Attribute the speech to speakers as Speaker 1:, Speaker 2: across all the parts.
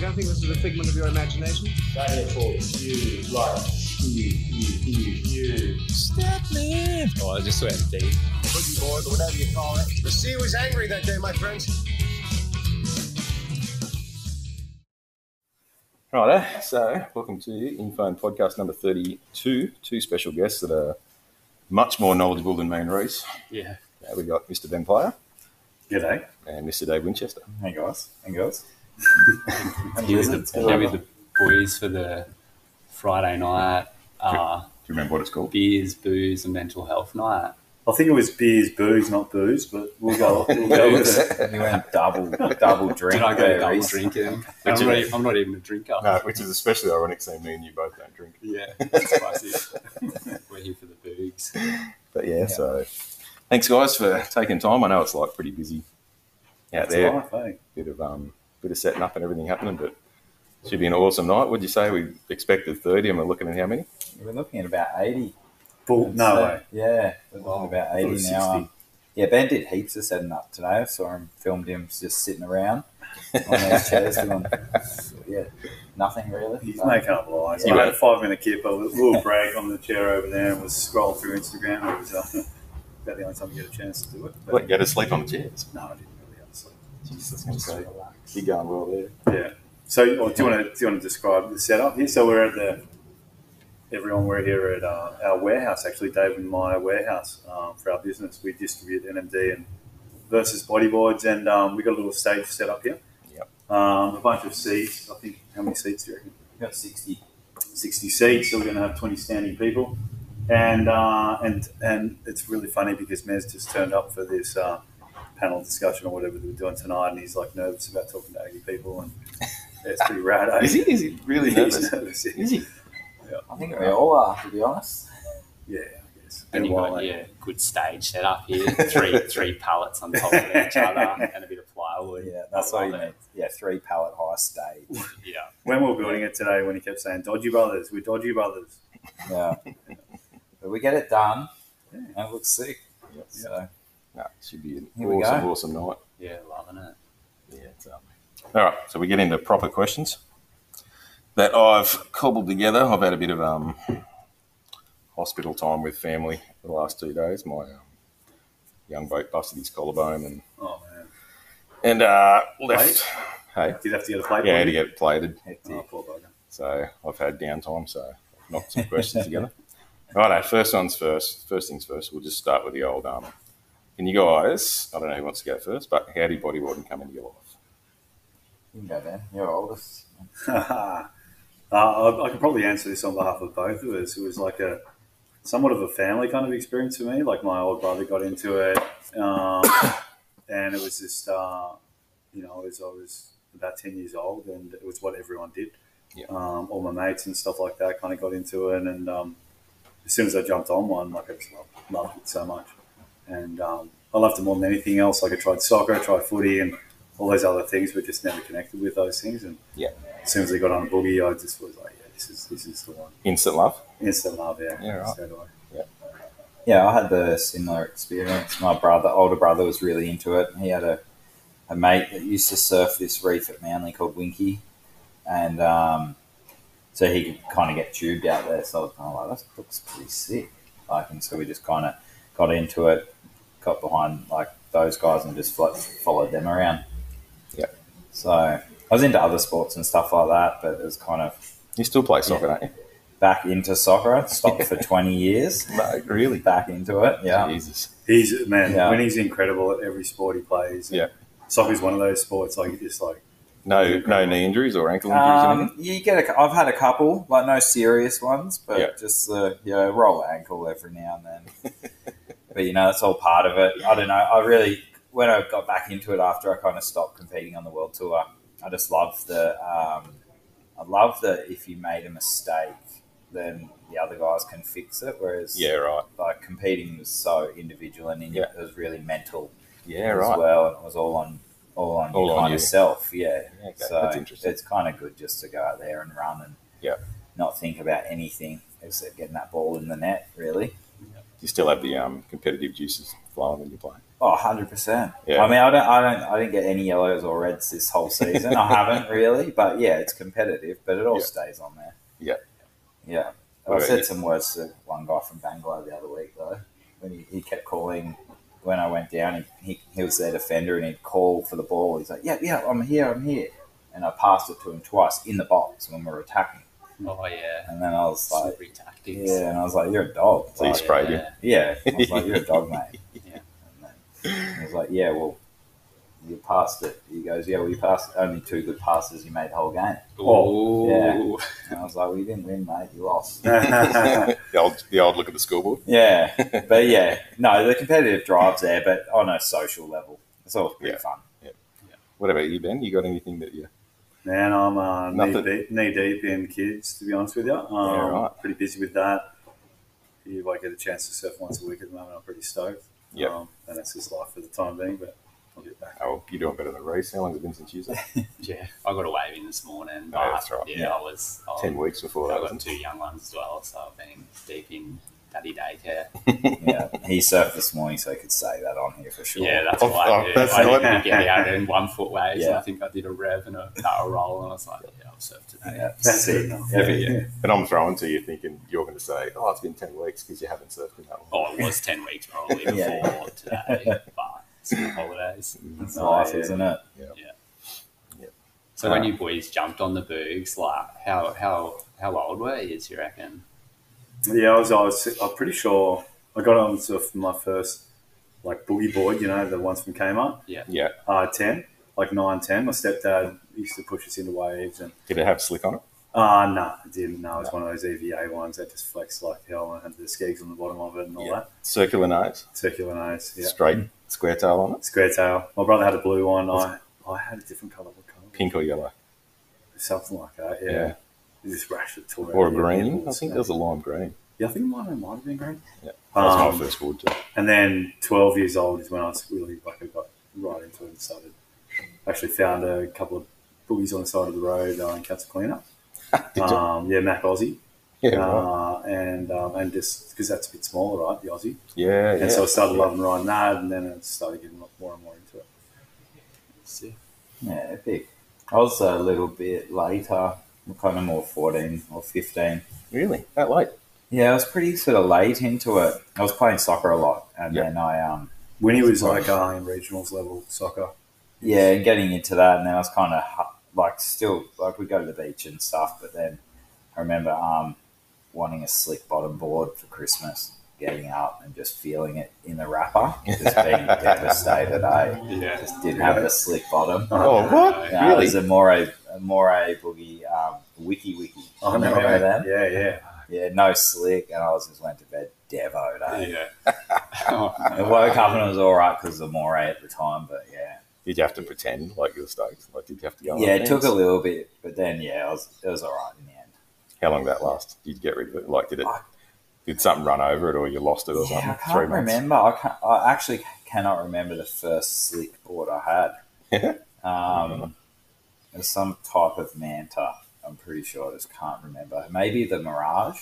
Speaker 1: don't think this is a figment of your imagination.
Speaker 2: That airport, you, like, you, you, you, you.
Speaker 3: Stephanie! Oh, I just went deep.
Speaker 2: Pudding board, or whatever you call it.
Speaker 1: The sea was angry that day, my friends.
Speaker 3: Right, so welcome to Info Podcast number 32. Two special guests that are much more knowledgeable than me and Reese.
Speaker 2: Yeah.
Speaker 3: Uh, we got Mr. Vampire
Speaker 4: G'day.
Speaker 3: and Mr. Dave Winchester.
Speaker 4: Hey guys. And girls.
Speaker 2: He was the, he was the boys for the Friday night uh,
Speaker 3: Do you remember what it's called?
Speaker 2: beers, booze, and mental health night.
Speaker 4: I think it was beers, booze, not booze, but we'll go, we'll go with it. You went double, double drink.
Speaker 2: Did I go
Speaker 4: there,
Speaker 2: double
Speaker 4: Reece.
Speaker 2: drinking? I'm not, even, I'm not even a drinker.
Speaker 3: No, which is especially ironic seeing me and you both don't drink.
Speaker 2: Yeah, it's spicy. We're here for the boogs.
Speaker 3: But yeah, so thanks guys for taking time. I know it's like pretty busy out
Speaker 4: It's
Speaker 3: there.
Speaker 4: life, eh?
Speaker 3: Bit of um, bit of setting up and everything happening, but should be an awesome night. Would you say we expected thirty and we're looking at how many?
Speaker 5: We're looking at about 80.
Speaker 4: Bull, no
Speaker 5: So,
Speaker 4: way.
Speaker 5: Yeah, we're looking
Speaker 4: Wow.
Speaker 5: about
Speaker 4: I thought it
Speaker 5: 80
Speaker 4: was
Speaker 5: now.
Speaker 4: 60.
Speaker 5: Um, yeah, Ben did heaps of setting up today. I saw him, filmed him just sitting around on those chairs doing, yeah, nothing really.
Speaker 4: He's
Speaker 5: But
Speaker 4: making up lies.
Speaker 3: Yeah.
Speaker 4: I had a five minute kip. I was a little break on the chair over there and was scrolling through Instagram. It was uh, about the only time you get a chance to do it. But
Speaker 3: go to sleep on the chairs.
Speaker 4: no, I didn't really have to sleep.
Speaker 3: Jesus,
Speaker 5: just relax.
Speaker 3: you're going well there.
Speaker 4: Yeah. So or do you want to do you want to describe the setup here? So we're at the everyone we're here at uh, our warehouse actually, Dave and my warehouse um, for our business. We distribute NMD and versus bodyboards, and um, we got a little stage set up here. Um, a bunch of seats. I think how many seats do you reckon?
Speaker 5: We've got 60.
Speaker 4: 60 seats, so we're going to have 20 standing people. And uh, and and it's really funny because Mez just turned up for this uh, panel discussion or whatever they were doing tonight, and he's like nervous about talking to 80 people, and it's pretty rad. eh?
Speaker 3: Is he? Is he really nervous?
Speaker 4: He's nervous. Yeah,
Speaker 3: Is he?
Speaker 5: I think we all are, to be honest.
Speaker 4: yeah I guess.
Speaker 2: And
Speaker 4: Been
Speaker 2: you
Speaker 4: a while,
Speaker 2: got
Speaker 4: eh?
Speaker 2: yeah, good stage set up here. Three three pallets on top of each other and a bit of plywood.
Speaker 5: Yeah, that's
Speaker 2: I
Speaker 5: what you
Speaker 2: love
Speaker 5: need. Yeah, three pallet high stage.
Speaker 2: it. Yeah.
Speaker 4: When we were building it today, when he kept saying "Dodgy Brothers," we're Dodgy Brothers.
Speaker 5: Yeah. but we get it done,
Speaker 4: Yeah.
Speaker 5: and it looks sick. So,
Speaker 3: No, it should be an
Speaker 5: Here we
Speaker 3: awesome,
Speaker 5: go.
Speaker 3: awesome night.
Speaker 2: Yeah, loving it.
Speaker 3: Yeah, it's up. All right, so we get into proper questions that I've cobbled together. I've had a bit of um, hospital time with family the last two days. My um, young bloke busted his collarbone and
Speaker 4: Oh man,
Speaker 3: and uh, left. Hey,
Speaker 4: did you have to get a plate.
Speaker 3: yeah,
Speaker 4: for
Speaker 3: had to
Speaker 4: you?
Speaker 3: get it plated.
Speaker 5: hectic.
Speaker 4: Oh, poor bugger.
Speaker 3: So I've had downtime, so I've knocked some questions together. Righto, first one's first. First things first, we'll just start with the old um. Can you guys? I don't know who wants to go first, but how did bodyboarding come into your life?
Speaker 5: You can go, Ben. You're oldest.
Speaker 4: uh, I, I can probably answer this on behalf of both of us. It was like a somewhat of a family kind of experience for me. Like my old brother got into it, um, and it was just uh, you know, as I was about ten years old, and it was what everyone did.
Speaker 3: Yeah.
Speaker 4: Um, all my mates and stuff like that kind of got into it, and um, as soon as I jumped on one, like I just loved, loved it so much, and um, I loved it more than anything else. Like I tried soccer, I tried footy, and all those other things, but just never connected with those things, and as soon as I got on a boogie, I just was like, yeah, this is this is the one.
Speaker 3: Instant love.
Speaker 4: Instant love, yeah.
Speaker 3: Yeah, right.
Speaker 4: So do I.
Speaker 5: Yeah, I had the similar experience. My brother, older brother, was really into it. He had a, a mate that used to surf this reef at Manly called Winky, and um, so he could kind of get tubed out there. So I was kind of like, that looks pretty sick. Like, and so we just kind of got into it, got behind like those guys, and just fo- followed them around.
Speaker 3: Yeah.
Speaker 5: So I was into other sports and stuff like that, but it was kind of
Speaker 3: You still play soccer, don't you?
Speaker 5: back into soccer. I Stopped for twenty years.
Speaker 3: No, really.
Speaker 5: Back into it, yeah.
Speaker 3: Jesus.
Speaker 4: He's man,
Speaker 5: Yeah.
Speaker 4: when he's incredible at every sport he plays. and
Speaker 3: Yeah.
Speaker 4: Soccer's one of those sports like you just like
Speaker 3: No, no knee injuries or ankle injuries. or anything?
Speaker 5: Um, you get. A, cou- I've had a couple, like no serious ones, but
Speaker 3: Yeah.
Speaker 5: just uh, you know, roll ankle every now and then. but you know, that's all part of it. I don't know. I really, when I got back into it after I kind of stopped competing on the world tour, I just love the. Um, I love that if you made a mistake, then the other guys can fix it. Whereas,
Speaker 3: yeah, right.
Speaker 5: like competing was so individual and in,
Speaker 3: Yeah.
Speaker 5: it was really mental
Speaker 3: Yeah,
Speaker 5: as
Speaker 3: right.
Speaker 5: well, and it was all on all on,
Speaker 3: All
Speaker 5: you
Speaker 3: on
Speaker 5: kind
Speaker 3: you.
Speaker 5: of self. Yeah,
Speaker 3: Yeah, okay,
Speaker 5: so
Speaker 3: that's interesting.
Speaker 5: it's kind of good just to go out there and run and
Speaker 3: Yeah.
Speaker 5: not think about anything except getting that ball in the net. Really,
Speaker 3: you still have the um, competitive juices flowing when you play.
Speaker 5: Oh, 100 percent.
Speaker 3: Yeah.
Speaker 5: I mean, I don't, I don't, I didn't get any yellows or reds this whole season. I haven't really, but yeah, it's competitive, but it all
Speaker 3: Yeah.
Speaker 5: stays on there.
Speaker 3: Yeah.
Speaker 5: yeah.
Speaker 3: What
Speaker 5: I
Speaker 3: about
Speaker 5: said
Speaker 3: you?
Speaker 5: some words to one guy from Bangalore the other week though, when he, he kept calling when I went down. He, he he was their defender, and he'd call for the ball. He's like, "Yeah, yeah, I'm here, I'm here," and I passed it to him twice in the box when we were attacking,
Speaker 2: Oh yeah,
Speaker 5: and then I was like,
Speaker 2: slippery tactics.
Speaker 5: "Yeah," and I was like, "You're a dog."
Speaker 3: So you
Speaker 5: Like,
Speaker 3: sprayed him.
Speaker 2: yeah.
Speaker 5: yeah, I was like, you're a dog, mate.
Speaker 2: Yeah.
Speaker 5: And then I was like, yeah, well, you passed it. He goes, yeah, well, you passed only two good passes you made the whole game.
Speaker 2: Oh,
Speaker 5: yeah. And I was like, well, you didn't win, mate. You lost.
Speaker 3: the old the old look at the scoreboard.
Speaker 5: Yeah, but yeah, no, the competitive drive's there, but on a social level, it's always pretty
Speaker 3: Yeah.
Speaker 5: fun.
Speaker 3: What about you, Ben? You got anything that you?
Speaker 4: Man, I'm uh, knee,
Speaker 3: Nothing.
Speaker 4: deep, knee deep in kids, to be honest with you. Um,
Speaker 3: Yeah, right.
Speaker 4: Pretty busy with that. You like get a chance to surf once a week at the moment. I'm pretty stoked.
Speaker 3: Yep.
Speaker 4: Um, and that's his life for the time being, but I'll get back.
Speaker 3: Oh, you're doing better than Reese. How long has it been since you? said?
Speaker 2: yeah. I got a wave in this morning, but
Speaker 3: Oh, that's right.
Speaker 2: yeah,
Speaker 5: Yeah.
Speaker 2: I was I
Speaker 3: Ten weeks before
Speaker 2: I
Speaker 3: that.
Speaker 2: got
Speaker 3: wasn't
Speaker 2: two young ones as well, so I've been deep in daddy daycare.
Speaker 5: Yeah, he surfed this morning, so I could say that on here for sure.
Speaker 2: Yeah, that's
Speaker 3: Oh,
Speaker 2: what
Speaker 3: oh,
Speaker 2: I did.
Speaker 3: that's
Speaker 2: I
Speaker 3: not-
Speaker 2: didn't get out in one foot waves. and
Speaker 5: Yeah.
Speaker 2: I think I did a rev and a barrel roll, and I was like, yeah, I'll surf today.
Speaker 5: Yeah,
Speaker 4: That's
Speaker 5: sick.
Speaker 4: it.
Speaker 5: Every-
Speaker 3: it? And I'm throwing to you, thinking you're going to say, "Oh, it's been ten weeks because you haven't surfed in that long."
Speaker 2: Oh, it was 10 weeks probably before
Speaker 5: Yeah.
Speaker 2: today, but school holidays.
Speaker 5: It's life,
Speaker 4: yeah.
Speaker 5: isn't it?
Speaker 2: So when you boys jumped on the boogs, like how how how old were you? Do you reckon?
Speaker 4: Yeah, I was, I was. I'm pretty sure I got on sort of my first like boogie board. You know, the ones from Kmart.
Speaker 3: Yeah.
Speaker 4: Uh, ten, like nine, ten. My stepdad used to push us into waves, and
Speaker 3: Did it have slick on it?
Speaker 4: ah, uh, no, it didn't. No, it was one of those EVA ones that just flex like hell and had the skegs on the bottom of it and all
Speaker 3: Yeah.
Speaker 4: that.
Speaker 3: Circular nose,
Speaker 4: Circular nose, yeah.
Speaker 3: straight, square tail on it.
Speaker 4: Square tail. My brother had a blue one. I I had a different color. What color?
Speaker 3: Pink or yellow,
Speaker 4: Something like that. Yeah.
Speaker 3: Yeah.
Speaker 4: It Just rash it tore
Speaker 3: or a
Speaker 4: out the
Speaker 3: green? I
Speaker 4: nipples,
Speaker 3: think
Speaker 4: yeah.
Speaker 3: there was a lime green.
Speaker 4: Yeah, I think mine might have been green.
Speaker 3: Yeah. That was my
Speaker 4: Um,
Speaker 3: first wood. too.
Speaker 4: And then 12 years old is when I was really like I got right into it and started. Actually, found a couple of boogies on the side of the road uh, in Cats Cleanup.
Speaker 5: uh,
Speaker 3: Did you?
Speaker 4: Um, yeah, Mac Aussie,
Speaker 3: Yeah, right.
Speaker 4: uh, and um, and just because that's a bit smaller, right? The Aussie,
Speaker 3: yeah, yeah.
Speaker 4: and so I started loving riding that, and then I started getting more and more into it.
Speaker 5: Yeah, epic. I was a little bit later, kind of more 14 or 15.
Speaker 3: Really, that late?
Speaker 5: Yeah, I was pretty sort of late into it. I was playing soccer a lot, and
Speaker 3: Yeah.
Speaker 5: then I um
Speaker 4: When he was like uh, in regionals level soccer,
Speaker 5: yeah, and getting into that, and then I was kind of like still like we go to the beach and stuff, but then I remember um wanting a slick bottom board for Christmas, getting up and just feeling it in the wrapper, just being devastated. I
Speaker 2: Yeah.
Speaker 5: just didn't have a slick bottom.
Speaker 4: Uh,
Speaker 3: Oh, what?
Speaker 5: No, Uh, It
Speaker 3: really?
Speaker 5: was a Moray a Moray boogie um, wiki wiki.
Speaker 4: I know,
Speaker 5: Remember
Speaker 4: uh, Oh, yeah,
Speaker 5: them?
Speaker 4: yeah, yeah.
Speaker 5: Yeah, no slick, and I was just went to bed devoed. Eh?
Speaker 2: Yeah. Oh,
Speaker 5: I woke up and it was all right because of Moray at the time, but yeah,
Speaker 3: Did you have to pretend like you were stoked? Like, did you have to go? on
Speaker 5: yeah, it
Speaker 3: things?
Speaker 5: took a little bit, but then yeah, it was it was all right in the end.
Speaker 3: How long did that last? Did you get rid of it? Like, did it?
Speaker 5: I-
Speaker 3: Did something run over it, or you lost it, or
Speaker 5: Yeah,
Speaker 3: something?
Speaker 5: I can't remember. I, can't, I actually cannot remember the first slick board I had. um, it was some type of manta. I'm pretty sure. I just can't remember. Maybe the Mirage.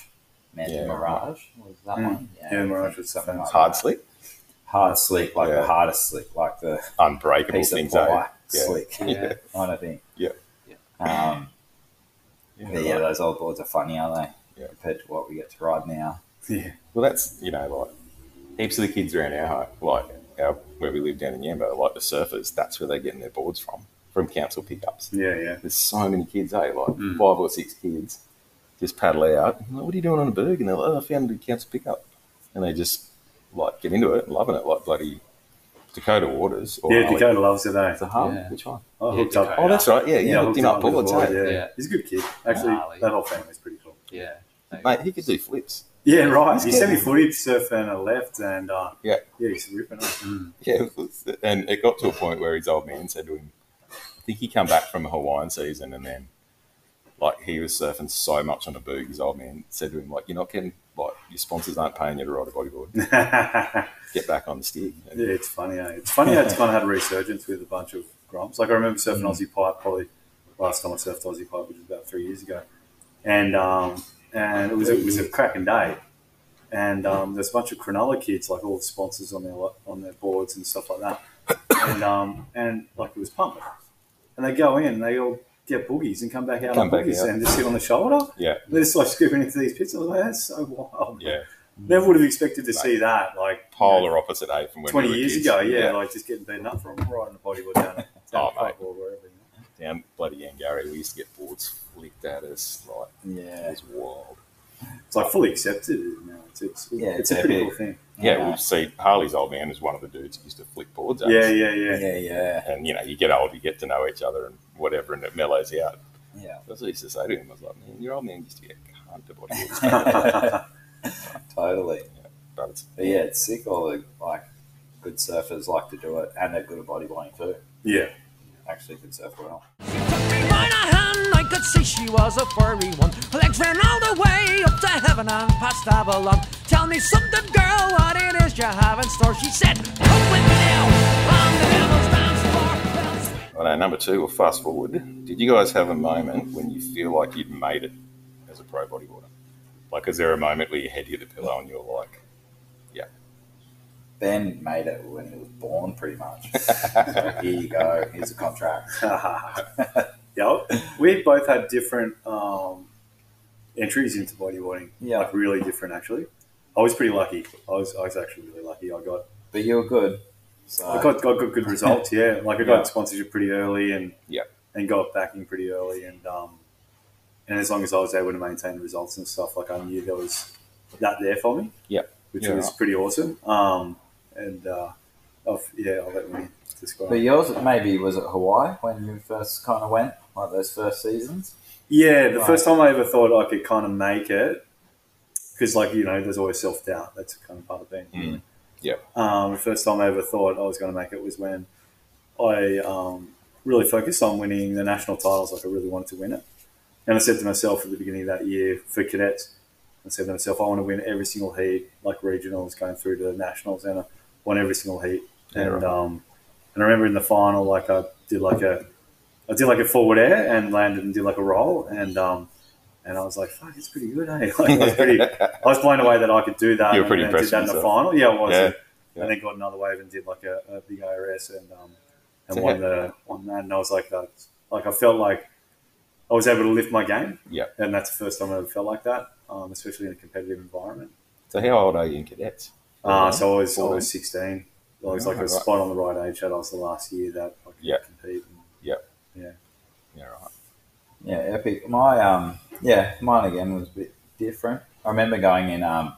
Speaker 5: Manta
Speaker 3: Yeah.
Speaker 5: Mirage was that
Speaker 4: Mm.
Speaker 5: one?
Speaker 4: Yeah,
Speaker 5: I
Speaker 4: Mirage
Speaker 5: think
Speaker 4: was
Speaker 5: something like
Speaker 3: Hard
Speaker 5: that.
Speaker 3: sleep,
Speaker 5: Hard slick, like
Speaker 3: Yeah.
Speaker 5: the hardest slick, like the
Speaker 3: unbreakable
Speaker 5: piece of
Speaker 3: things.
Speaker 5: pie
Speaker 3: eh? Yeah.
Speaker 5: slick
Speaker 2: Yeah.
Speaker 5: kind of thing.
Speaker 3: Yeah.
Speaker 5: Um, but yeah,
Speaker 3: right.
Speaker 5: those old boards are funny, aren't they?
Speaker 3: Yeah.
Speaker 5: Compared to what we get to ride now.
Speaker 3: Well, that's you know, like heaps of the kids around our home, like our, where we live down in Yambo, like the surfers. That's where they're getting their boards from, from council pickups.
Speaker 4: Yeah, yeah.
Speaker 3: There's so many kids, eh? Like
Speaker 2: Mm.
Speaker 3: five or six kids just paddle out. I'm like, what are you doing on a berg? And they're like, oh, I found a council pickup. And they just like get into it, loving it, like bloody Dakota Waters. Or
Speaker 4: Yeah,
Speaker 3: Ali-
Speaker 4: Dakota loves it, eh?
Speaker 3: It's a hub.
Speaker 2: Yeah.
Speaker 3: Which one?
Speaker 4: I hooked up.
Speaker 3: Oh, that's right. Yeah, you
Speaker 4: I
Speaker 3: hooked him up eh?
Speaker 4: with
Speaker 3: all the
Speaker 4: the boy,
Speaker 3: time.
Speaker 4: Yeah.
Speaker 2: Yeah.
Speaker 4: he's a good kid. Actually,
Speaker 2: Gnarly.
Speaker 4: that whole family's pretty cool.
Speaker 2: Yeah.
Speaker 3: Mate, he could do flips.
Speaker 4: Yeah, right. He
Speaker 3: good.
Speaker 4: sent me footage surfing and a left, and uh,
Speaker 3: Yeah.
Speaker 4: yeah, he's ripping it.
Speaker 3: Yeah, it was- and it got to a point where his old man said to him, I think he come back from a Hawaiian season and then like he was surfing so much on a boog, his old man said to him, like, you're not getting like your sponsors aren't paying you to ride a bodyboard.
Speaker 4: yeah,
Speaker 3: Get back on the stick. And
Speaker 4: it's funny. Eh? It's funny how it's kind of had a resurgence with a bunch of grumps. Like I remember
Speaker 3: Mm.
Speaker 4: surfing Aussie Pipe probably last time I surfed Aussie Pipe, which was about three years ago, and um, and it was it was a cracking day. and um, there's a bunch of Cronulla kids, like all the sponsors on their on their boards and stuff like that, and um, and like it was pumping, and they go in, and they all get boogies and come back out
Speaker 3: Come
Speaker 4: on
Speaker 3: back
Speaker 4: boogies
Speaker 3: out.
Speaker 4: and just sit on the shoulder.
Speaker 3: Yeah.
Speaker 4: They're just like scooping into these pits. I was like, that's so wild.
Speaker 3: Yeah.
Speaker 4: Never would have expected to see that. Like
Speaker 3: Polar opposite eight from when
Speaker 4: twenty
Speaker 3: we were
Speaker 4: years
Speaker 3: kids.
Speaker 4: ago, yeah, like just getting beaten up from right in the body or down, down
Speaker 3: Oh,
Speaker 4: the pipe
Speaker 3: mate.
Speaker 4: or wherever. you know.
Speaker 3: Down bloody Angari, we used to get boards flicked at us. Like, it
Speaker 5: Yeah.
Speaker 3: was wild.
Speaker 4: It's like fully accepted now. It's it's,
Speaker 5: Yeah,
Speaker 4: it's,
Speaker 5: it's
Speaker 4: a pretty
Speaker 5: epic.
Speaker 4: cool thing.
Speaker 3: Yeah, we'd see Harley's old man is one of the dudes that used to flick boards at
Speaker 4: Yeah,
Speaker 3: us.
Speaker 4: yeah, yeah.
Speaker 5: Yeah, yeah,
Speaker 3: And, you know, you get old, you get to know each other and whatever, and it mellows out.
Speaker 5: yeah.
Speaker 3: That's what I used to say to him. I was like, man, your old man used to be a cunt to body boards.
Speaker 5: totally.
Speaker 3: but it's,
Speaker 5: But yeah, it's sick. All the like good surfers like to do it, and they're good at bodyboarding too.
Speaker 4: yeah.
Speaker 5: Actually, can surf well.
Speaker 6: By the hand, I could see she was a furry one. Her legs ran all the way up to heaven and past Avalon. Tell me something, girl, what it is you have in store. She said, Come with me now on the devil's dance floor. Well,
Speaker 3: I know, number two, we'll fast forward. Did you guys have a moment when you feel like you'd made it as a pro bodyboarder? Like, is there a moment where you head hit the pillow and you're like, yeah,
Speaker 5: Ben made it when he was born, pretty much. Here you go. Here's a contract.
Speaker 4: yeah, we both had different um, entries into bodyboarding.
Speaker 5: Yeah.
Speaker 4: like really different actually. I was pretty lucky. I was, I was actually really lucky. I got
Speaker 5: But you were good. So
Speaker 4: I got, got got good results. Yeah, like I got sponsorship pretty early and
Speaker 3: Yeah.
Speaker 4: and got backing pretty early and um and as long as I was able to maintain the results and stuff, like I knew there was that there for me.
Speaker 3: Yeah.
Speaker 4: which
Speaker 3: Yeah.
Speaker 4: was pretty awesome. Um, and uh, I've, yeah, I'll let me describe.
Speaker 5: But yours maybe was at Hawaii when you first kind of went, like those first seasons.
Speaker 4: Yeah, the
Speaker 5: Right.
Speaker 4: first time I ever thought I could kind of make it, because like you know, there's always self doubt. That's kind of part of being.
Speaker 3: Mm. Yep.
Speaker 4: Um, the first time I ever thought I was going to make it was when I um, really focused on winning the national titles. Like I really wanted to win it, and I said to myself at the beginning of that year for cadets, I said to myself, I want to win every single heat, like regionals, going through to nationals, and I won every single heat.
Speaker 3: Yeah,
Speaker 4: and
Speaker 3: right.
Speaker 4: um, and I remember in the final, like I did like a, I did like a forward air and landed and did like a roll, and um, and I was like, fuck, it's pretty good, hey. Like, I was pretty, I was blown away that I could do that.
Speaker 3: You were pretty
Speaker 4: and then
Speaker 3: impressed
Speaker 4: Did that in
Speaker 3: with
Speaker 4: the
Speaker 3: yourself.
Speaker 4: final, yeah, I was.
Speaker 3: Yeah,
Speaker 4: And,
Speaker 3: yeah.
Speaker 4: and then got another wave and did like a, a big ARS and um, and
Speaker 3: Yeah.
Speaker 4: won the won that, and I was like that. Like I felt like I was able to lift my game.
Speaker 3: Yeah.
Speaker 4: And that's the first time I ever felt like that, um, especially in a competitive environment.
Speaker 3: So how old are you in cadets?
Speaker 4: Uh, so I was, I
Speaker 3: Fourteen.
Speaker 4: was 16. I was
Speaker 3: Yeah,
Speaker 4: like a
Speaker 3: Oh, right.
Speaker 4: spot on the right age. That I was the last year that I could
Speaker 3: Yeah.
Speaker 4: compete. And,
Speaker 3: Yeah, right.
Speaker 5: Yeah, epic. My um, yeah, mine again was a bit different. I remember going in um,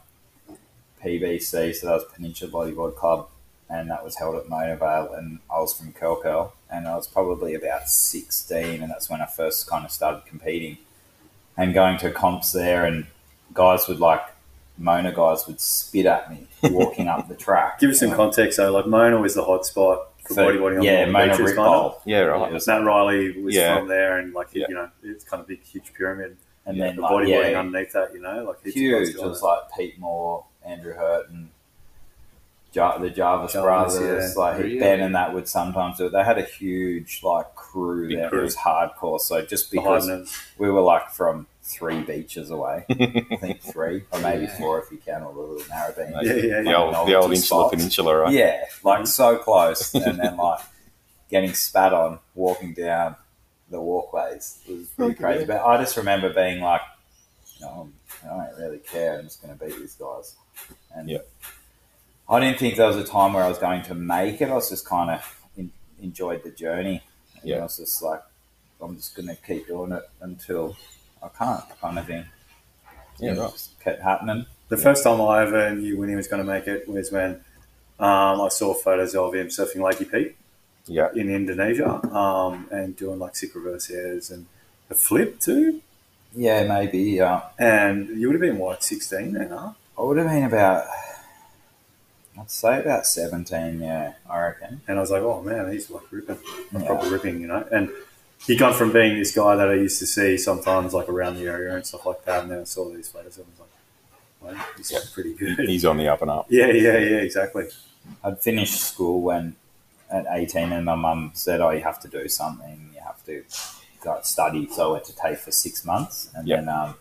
Speaker 5: PBC, so that was Peninsula Bodyboard Club, and that was held at Mona Vale, and I was from Curl Curl, and I was probably about sixteen, and that's when I first kind of started competing, and going to comps there, and guys would like Mona guys would spit at me walking up the track.
Speaker 4: Give us some
Speaker 5: And,
Speaker 4: context though. Like Mona was the hot spot for
Speaker 5: so-
Speaker 4: bodyboarding. on
Speaker 5: yeah,
Speaker 4: the
Speaker 5: Mona
Speaker 4: beaches,
Speaker 5: Rip
Speaker 4: kinda.
Speaker 5: Bowl.
Speaker 3: Yeah, right.
Speaker 5: Yeah.
Speaker 4: Nat Riley was
Speaker 3: Yeah.
Speaker 4: from there, and like
Speaker 3: Yeah.
Speaker 4: you know, it's kind of big, huge pyramid.
Speaker 5: and
Speaker 4: Yeah,
Speaker 5: then
Speaker 4: the
Speaker 5: like,
Speaker 4: bodyboarding
Speaker 5: yeah,
Speaker 4: underneath that, you know, like heaps of guys
Speaker 5: huge. It
Speaker 4: doing
Speaker 5: was like Pete Moore, Andrew Hurton, ja- the Jarvis,
Speaker 4: Jarvis,
Speaker 5: brothers.
Speaker 4: yeah.
Speaker 5: Like
Speaker 2: Really?
Speaker 5: Ben and that would sometimes do it. They had a huge like crew
Speaker 4: Big
Speaker 5: there.
Speaker 4: crew.
Speaker 5: It was hardcore. So just
Speaker 4: the
Speaker 5: because
Speaker 4: hiding it.
Speaker 5: we were like from three beaches away, I think three or maybe four if you count all the little Narrabeen.
Speaker 4: Yeah, yeah,
Speaker 3: The
Speaker 4: yeah.
Speaker 3: old, the old
Speaker 5: Novelty
Speaker 3: Insular
Speaker 5: spots.
Speaker 3: Peninsula, right? Mm-hmm.
Speaker 5: Yeah, like so close, and then like getting spat on walking down the walkways was
Speaker 3: Oh,
Speaker 5: pretty crazy. But I just remember being like, no, I don't really care. I'm just going to beat these guys. And
Speaker 3: Yeah.
Speaker 5: I didn't think there was a time where I was going to make it. I was just kind of in, enjoyed the journey. And
Speaker 3: Yeah.
Speaker 5: I was just like, I'm just going to keep doing it until I can't, kind of thing.
Speaker 3: Yeah,
Speaker 5: And it
Speaker 3: right.
Speaker 5: just kept happening.
Speaker 4: The first time I ever knew when he was going to make it was when um, I saw photos of him surfing Lakey Peak
Speaker 3: Yeah.
Speaker 4: in Indonesia um, and doing like sick reverse airs and a flip too.
Speaker 5: Yeah, maybe. uh, Yeah.
Speaker 4: And you would have been what sixteen then, huh?
Speaker 5: I would have been about, I'd say about 17, yeah, I reckon.
Speaker 4: And I was like, oh man, he's like ripping, like
Speaker 5: Yeah.
Speaker 4: proper ripping, you know. And he gone from being this guy that I used to see sometimes like around the area and stuff like that, and then I saw these photos and I was like, wow, he's like pretty good.
Speaker 3: He's on the up and up.
Speaker 4: yeah, yeah, yeah, exactly.
Speaker 5: I'd finished school when, at 18, and my mum said, oh, you have to do something, you have to go study. So I went to TAFE for six months. And
Speaker 3: Yeah.
Speaker 5: then um,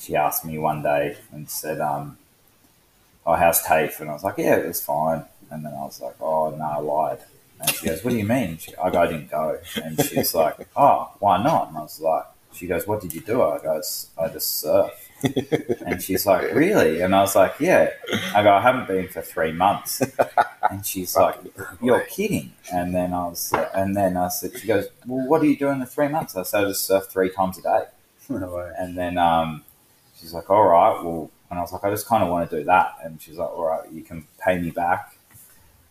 Speaker 5: she asked me one day and said, um, oh, how's TAFE? And I was like, yeah, it was fine. And then I was like, oh, no, I lied. And she goes, what do you mean? She, I, go, I didn't go. And she's like, oh, why not? And I was like, she goes, what did you do? I goes, I just surf. And she's like, really? And I was like, yeah. I go, I haven't been for three months. And she's like, you're kidding. And then I was, and then I said, she goes, well, what do you do in the three months? I said, I just surf three times a day.
Speaker 4: No way.
Speaker 5: And then um, she's like, all right, well, and I was like, I just kind of want to do that. And she's like, all right, you can pay me back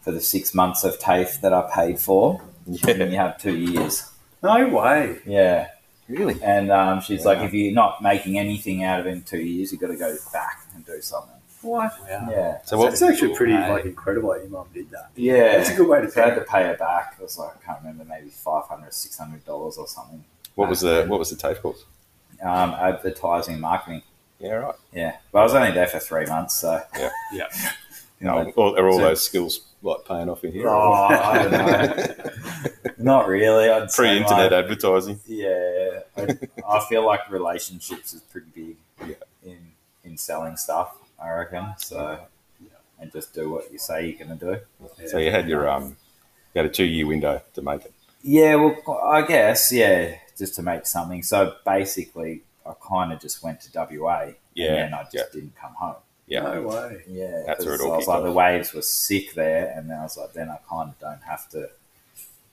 Speaker 5: for the six months of TAFE that I paid for. And then you have two years.
Speaker 4: No way.
Speaker 5: Yeah.
Speaker 3: Really?
Speaker 5: And um, she's like, if you're not making anything out of it in two years, you've got to go back and do something.
Speaker 4: What?
Speaker 2: Wow.
Speaker 5: Yeah.
Speaker 3: So what?
Speaker 4: That's actually pretty
Speaker 2: Hey.
Speaker 4: like incredible that your mum did that.
Speaker 5: Yeah.
Speaker 4: That's a good way to
Speaker 5: So I had
Speaker 4: pay.
Speaker 5: to pay her back. It was like, I can't remember, maybe $500, $600 or something.
Speaker 3: What was the what was the TAFE course?
Speaker 5: Um, advertising and marketing.
Speaker 3: Yeah, right.
Speaker 5: Yeah. But I was only there for three months. So,
Speaker 2: Yeah.
Speaker 5: you know,
Speaker 3: Oh, all, are all
Speaker 5: So-
Speaker 3: those skills like paying off in here?
Speaker 5: oh, I don't know. not really. I'd say,
Speaker 3: Pre-internet eh?
Speaker 5: like,
Speaker 3: advertising.
Speaker 5: Yeah, I, I feel like relationships is pretty big
Speaker 3: Yeah.
Speaker 5: in in selling stuff. I reckon so, and just do what you say you're going to do.
Speaker 3: So you had your um, you had a two-year window to make it.
Speaker 5: Yeah, well, I guess yeah, just to make something. So basically, I kind of just went to WA,
Speaker 3: Yeah,
Speaker 5: and then I just
Speaker 3: yeah.
Speaker 5: didn't come home.
Speaker 3: Yeah.
Speaker 4: No way.
Speaker 5: Yeah,
Speaker 3: That's where it
Speaker 5: 'cause
Speaker 3: all
Speaker 5: I was
Speaker 3: kicked
Speaker 5: like,
Speaker 3: off.
Speaker 5: the waves were sick there, and then I was like, then I kind of don't have to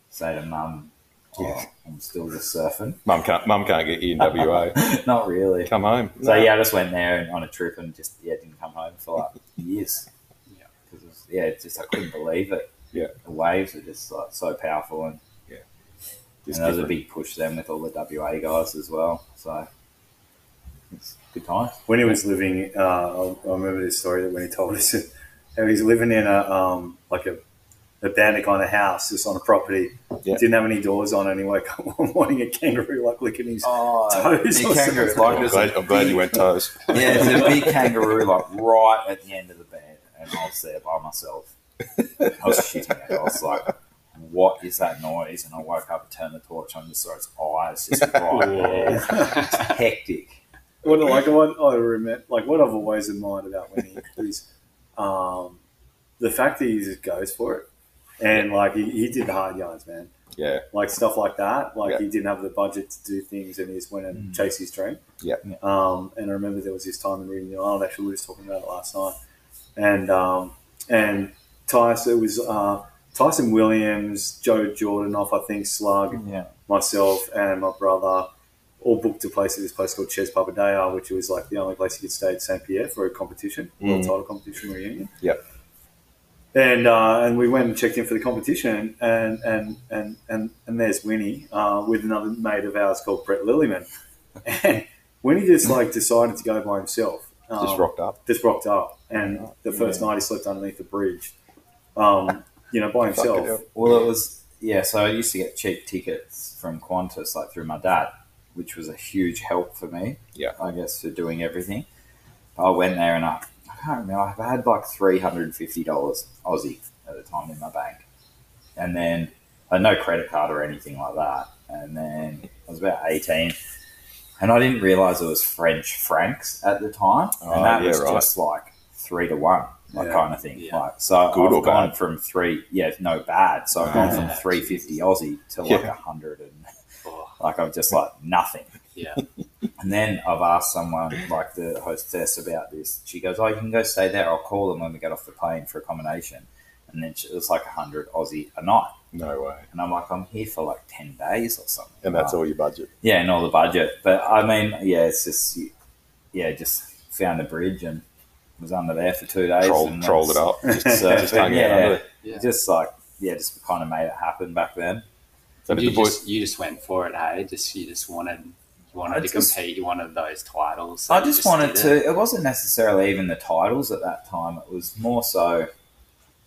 Speaker 5: say to mum, oh, I'm still just surfing.
Speaker 3: Mum can't mum can't get you in WA.
Speaker 5: Not really.
Speaker 3: Come home.
Speaker 5: So yeah, I just went there and on a trip and just yeah didn't come home for like years.
Speaker 4: Yeah.
Speaker 5: Because it was- yeah, it's just I couldn't believe it.
Speaker 3: Yeah.
Speaker 5: the waves are just like so powerful and, and
Speaker 3: Just
Speaker 5: there was a
Speaker 3: different.
Speaker 5: big push then with all the WA guys as well. So it's good times.
Speaker 4: when he was living, uh, I I remember this story that when he told us, how he was living in a um, like a abandoned kind of house, just on a property.
Speaker 3: Yeah.
Speaker 4: Didn't have any doors on, and he woke up one morning a kangaroo like licking his.
Speaker 5: Oh,
Speaker 4: Toes
Speaker 5: big
Speaker 4: or
Speaker 5: kangaroo!
Speaker 4: something.
Speaker 5: Like,
Speaker 3: I'm
Speaker 5: there's
Speaker 3: glad,
Speaker 5: a
Speaker 3: I'm glad
Speaker 5: big-
Speaker 3: you went toes.
Speaker 5: Yeah, there's a big kangaroo like right at the end of the bed, and I was there by myself. I was shitting. it. I was like, "What is that noise?" And I woke up and turned the torch on. Just saw its eyes just right there. hectic.
Speaker 4: What like what I remember, like what I've always admired about Winnie is um, the fact that he just goes for it, and like he, he did the hard yards, man.
Speaker 3: Yeah,
Speaker 4: like stuff like that. Like
Speaker 3: Yeah.
Speaker 4: he didn't have the budget to do things, and he just went and chased his dream.
Speaker 3: Yeah.
Speaker 5: Yeah.
Speaker 4: Um, and I remember there was this time in Reading Island. Actually, we were talking about it last night, and um, and Tyson it was uh, Tyson Williams, Joe Jordanoff, I think Slug,
Speaker 5: Yeah.
Speaker 4: myself, and my brother. All booked a place at this place called Ches Papadea, which was like the only place you could stay at Saint Pierre for a competition, world title competition reunion and uh, and we went and checked in for the competition, and and and and, and there's Winnie uh, with another mate of ours called Brett Lilliman, and Winnie just like decided to go by himself. Um,
Speaker 5: Oh.
Speaker 3: just rocked up.
Speaker 4: Just rocked up, and the first night he slept underneath the bridge, um, you know, by
Speaker 3: Fucking
Speaker 4: himself.
Speaker 3: hell.
Speaker 5: Well, it was yeah. So I used to get cheap tickets from Qantas, like through my dad, which was a huge help for me.
Speaker 3: Yeah.
Speaker 5: I guess for doing everything. I went there and I, I can't remember. I had like three hundred and fifty dollars Aussie at the time in my bank, and then I had no credit card or anything like that. And then I was about eighteen, and I didn't realize it was French francs at the time,
Speaker 3: Oh,
Speaker 5: and that
Speaker 3: yeah,
Speaker 5: was
Speaker 3: right.
Speaker 5: just like three to one, like
Speaker 4: Yeah.
Speaker 5: kind of thing.
Speaker 2: Yeah.
Speaker 5: Like so,
Speaker 3: Good
Speaker 5: I've
Speaker 3: or
Speaker 5: gone
Speaker 3: bad?
Speaker 5: from three, yeah, no bad. So I've gone from
Speaker 2: Right.
Speaker 5: three fifty Aussie to like a
Speaker 3: Yeah.
Speaker 5: hundred and
Speaker 2: Oh,
Speaker 5: like I'm just like nothing.
Speaker 2: yeah.
Speaker 5: And then I've asked someone, like the hostess, about this. She goes, "Oh, you can go stay there. I'll call them when we get off the plane for accommodation." And then she, it was like hundred Aussie a night,
Speaker 3: No way.
Speaker 5: and I'm like, "I'm here for like ten days or something."
Speaker 3: And that's
Speaker 5: Like,
Speaker 3: all your budget.
Speaker 5: Yeah, and all the budget. But I mean, yeah, it's just yeah, just found the bridge and was under there for two days.
Speaker 3: Troll,
Speaker 5: and
Speaker 3: trolled it
Speaker 5: that's-
Speaker 3: up. Just, uh,
Speaker 5: so,
Speaker 3: just hung out
Speaker 5: yeah,
Speaker 3: under it.
Speaker 2: Yeah.
Speaker 5: just like yeah, just kind of made it happen back then.
Speaker 3: So did
Speaker 2: you,
Speaker 3: the boys?
Speaker 2: just, you just went for it, hey? Just you just wanted you wanted
Speaker 5: I
Speaker 2: to
Speaker 5: just-
Speaker 2: compete. You wanted those titles. so
Speaker 5: I
Speaker 2: you
Speaker 5: just wanted
Speaker 2: did it.
Speaker 5: to. It wasn't necessarily even the titles at that time. It was more so.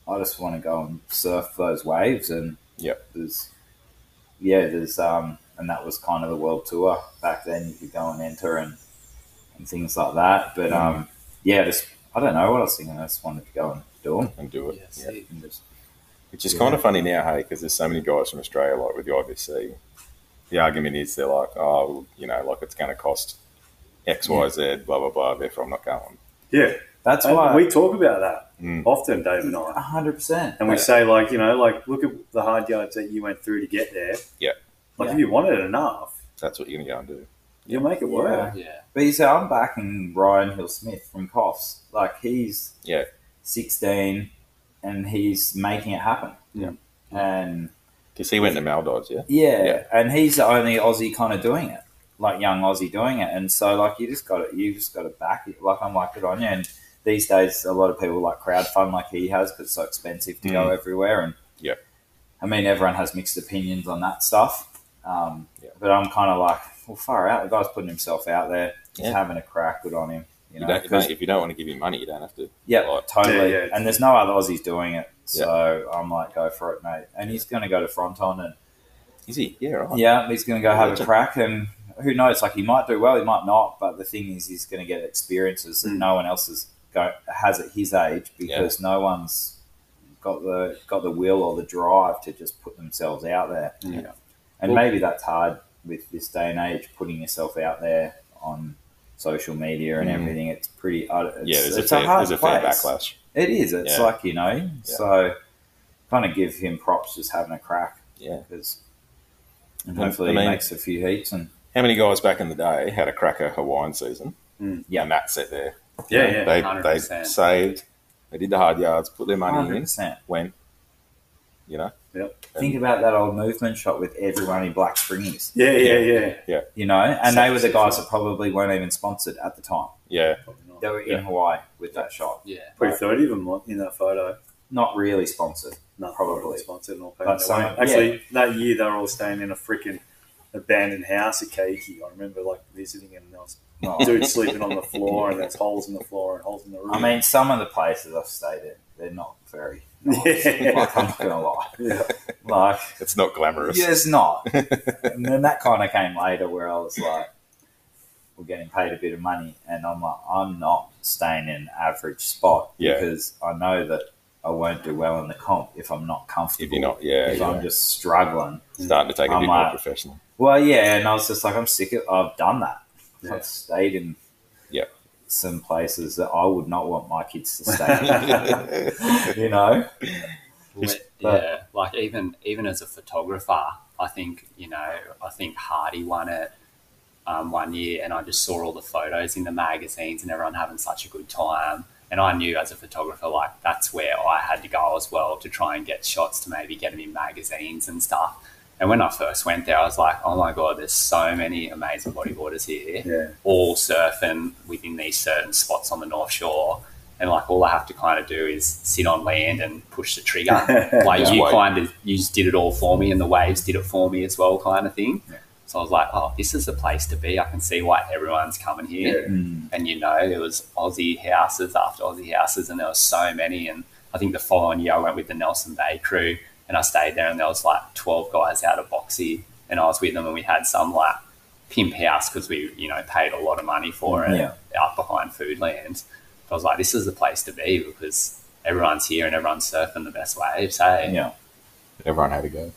Speaker 5: I just want to go and surf those waves, and
Speaker 3: Yep.
Speaker 5: there's, yeah, there's um, and that was kind of the world tour back then. You could go and enter and and things like that. But um, yeah, just I don't know what I was thinking. I just wanted to go and do them.
Speaker 3: and do it.
Speaker 2: Yeah,
Speaker 3: Yeah.
Speaker 2: see.
Speaker 5: And just,
Speaker 3: Which is kind of funny now, hey, because there's so many guys from Australia, like with the IBC. The argument is they're like, oh, well, you know, like it's going to cost X, Y, Z, blah, blah, blah. Therefore, I'm not going.
Speaker 4: Yeah,
Speaker 5: That's
Speaker 4: And
Speaker 5: why
Speaker 4: we talk about that often, Dave and I.
Speaker 5: hundred percent.
Speaker 4: And we say, like, you know, like, look at the hard yards that you went through to get there.
Speaker 3: Yeah.
Speaker 4: Like,
Speaker 5: Yeah.
Speaker 4: if you wanted enough,
Speaker 3: That's what you're gonna go and do.
Speaker 4: you make it work.
Speaker 2: Yeah.
Speaker 5: But you say I'm backing Ryan Hill Smith from Coffs. Like he's
Speaker 3: Yeah.
Speaker 5: sixteen, and he's making it happen.
Speaker 3: Yeah.
Speaker 5: and
Speaker 3: Because he went to Maldives, yeah.
Speaker 5: yeah,
Speaker 3: Yeah.
Speaker 5: and he's the only Aussie kind of doing it, like young Aussie doing it. And so like you just got to you just got to back it. Like I'm like good on you. And these days, a lot of people like crowdfund like he has because it's so expensive to
Speaker 3: Mm.
Speaker 5: go everywhere. And
Speaker 3: Yeah.
Speaker 5: I mean everyone has mixed opinions on that stuff. Um,
Speaker 3: Yeah.
Speaker 5: But I'm kind of like, well, far out. The guy's putting himself out there. He's
Speaker 3: Yeah.
Speaker 5: having a crack. Good on him. You
Speaker 3: You
Speaker 5: know,
Speaker 3: don't, you
Speaker 5: 'cause-
Speaker 3: don't- if you don't want to give him money, you don't have to.
Speaker 5: yeah,
Speaker 3: Like,
Speaker 5: totally.
Speaker 4: Yeah, yeah.
Speaker 5: And there's no other Aussies doing it, so I'm like, go for it, mate. And he's going to go to Fronton, and
Speaker 3: is he? Yeah, right.
Speaker 5: yeah, he's going to go have a
Speaker 3: Legend.
Speaker 5: crack, and who knows? Like he might do well, he might not. But the thing is, he's going to get experiences
Speaker 3: Hmm.
Speaker 5: that no one else has go has at his age because no one's got the got the will or the drive to just put themselves out there.
Speaker 3: Yeah.
Speaker 5: And
Speaker 2: Well-
Speaker 5: maybe that's hard with this day and age, putting yourself out there on social media and
Speaker 3: Mm.
Speaker 5: everything. It's pretty. uh, It's,
Speaker 3: yeah, there's a
Speaker 5: it's a,
Speaker 3: fair,
Speaker 5: hard
Speaker 3: there's a fair
Speaker 5: place.
Speaker 3: backlash.
Speaker 5: It is. It's
Speaker 3: Yeah.
Speaker 5: like you know. So kind of give him props just having a crack
Speaker 3: Yeah.
Speaker 5: because and
Speaker 3: I- I
Speaker 5: hopefully
Speaker 3: mean-
Speaker 5: he makes a few heats and
Speaker 3: How many guys back in the day had a cracker Hawaiian season?
Speaker 4: Mm.
Speaker 5: Yeah.
Speaker 3: And that set there.
Speaker 4: Yeah, yeah.
Speaker 3: they, they
Speaker 4: 100%.
Speaker 3: saved, they did the hard yards, put their money
Speaker 5: hundred
Speaker 3: in,
Speaker 5: percent.
Speaker 3: went, you know?
Speaker 4: Yep.
Speaker 5: Think about that old movement shot with everyone in black stringies,
Speaker 4: Yeah, yeah, yeah.
Speaker 5: you know, and they were the guys that probably weren't even sponsored at the time.
Speaker 3: Yeah.
Speaker 4: Probably not.
Speaker 5: They were in
Speaker 3: Yeah.
Speaker 5: Hawaii with that shot,
Speaker 2: Yeah.
Speaker 4: Probably 30 of them like, in that photo.
Speaker 5: not really sponsored.
Speaker 4: No,
Speaker 5: Probably.
Speaker 4: probably sponsored and all paid.
Speaker 5: That's
Speaker 4: They weren't.
Speaker 5: some-
Speaker 4: Actually, that year they were all staying in a freaking abandoned house at Keiki. I remember like visiting and there was
Speaker 5: No.
Speaker 4: dudes sleeping on the floor and there's holes in the floor and holes in the roof.
Speaker 5: I mean, some of the places I've stayed in, they're not very.
Speaker 4: yeah.
Speaker 5: Like, I'm not gonna lie,
Speaker 4: Yeah.
Speaker 5: like
Speaker 3: It's not glamorous.
Speaker 5: Yeah, it's not. and then that kind of came later where I was like, we're getting paid a bit of money. And I'm like, I'm not staying in an average spot
Speaker 3: Yeah.
Speaker 5: because I know that I won't do well in the comp if I'm not comfortable.
Speaker 3: If you're not, yeah,
Speaker 5: if
Speaker 3: yeah.
Speaker 5: I'm just struggling.
Speaker 3: starting to take a
Speaker 5: I'm
Speaker 3: bit more
Speaker 5: like-
Speaker 3: professional.
Speaker 5: Well, yeah. And I was just like, I'm sick of, I've done that.
Speaker 4: Yeah.
Speaker 5: I've stayed in
Speaker 3: Yeah.
Speaker 5: some places that I would not want my kids to stay in. you know?
Speaker 2: Well,
Speaker 5: but-
Speaker 2: yeah, like even even as a photographer, I think you know, I think Hardy won it um, one year, and I just saw all the photos in the magazines and everyone having such a good time. And I knew as a photographer, like that's where I had to go as well to try and get shots to maybe get them in magazines and stuff. And when I first went there, I was like, oh my god, there's so many amazing bodyboarders here
Speaker 4: Yeah.
Speaker 2: all surfing within these certain spots on the North Shore. And like all I have to kind of do is sit on land and push the trigger. like
Speaker 3: Just
Speaker 2: you
Speaker 3: wait.
Speaker 2: kind of you just did it all for me, and the waves did it for me as well, kind of thing. So I was like, oh, this is the place to be. I can see why everyone's coming here. And you know, there was Aussie houses after Aussie houses, and there were so many. And I think the following year, I went with the Nelson Bay crew, and I stayed there, and there was like twelve guys out of Boxy, and I was with them, and we had some like pimp house because we, you know, paid a lot of money for it
Speaker 5: Yeah.
Speaker 2: out behind Foodland. I was like, this is the place to be because everyone's here and everyone's surfing the best waves. Hey,
Speaker 5: Yeah.
Speaker 3: Everyone had a go.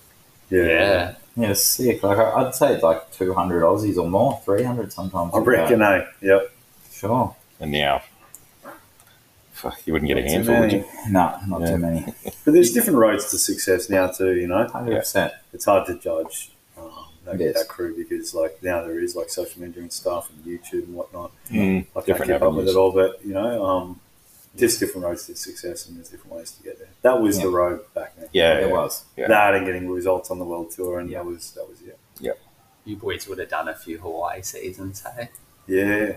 Speaker 4: Yeah.
Speaker 2: yeah,
Speaker 5: Yeah, sick. Like I- I'd say like two hundred Aussies or more, three hundred sometimes.
Speaker 4: I reckon, eh? Yep.
Speaker 5: Sure.
Speaker 3: And now, fuck, you wouldn't get a
Speaker 4: Too
Speaker 3: handful, would
Speaker 4: many.
Speaker 3: you?
Speaker 5: No, not
Speaker 3: Yeah.
Speaker 5: too many.
Speaker 4: But there's different roads to success now, too, you know?
Speaker 5: Hundred percent.
Speaker 4: It's hard to judge um, that,
Speaker 5: It is.
Speaker 4: that crew because, like, now there is, like, social media and stuff and YouTube and whatnot.
Speaker 3: Mm,
Speaker 4: I can't
Speaker 3: different
Speaker 4: keep up with
Speaker 3: avenues.
Speaker 4: it all, but you know, um, there's different roads to success and there's different ways to get there. That was the road back then.
Speaker 3: Yeah,
Speaker 5: It
Speaker 3: yeah.
Speaker 5: was.
Speaker 3: Yeah.
Speaker 4: That and getting results on the world tour, and that was that was it.
Speaker 2: you boys would have done a few Hawaii seasons. Hey,
Speaker 4: Yeah,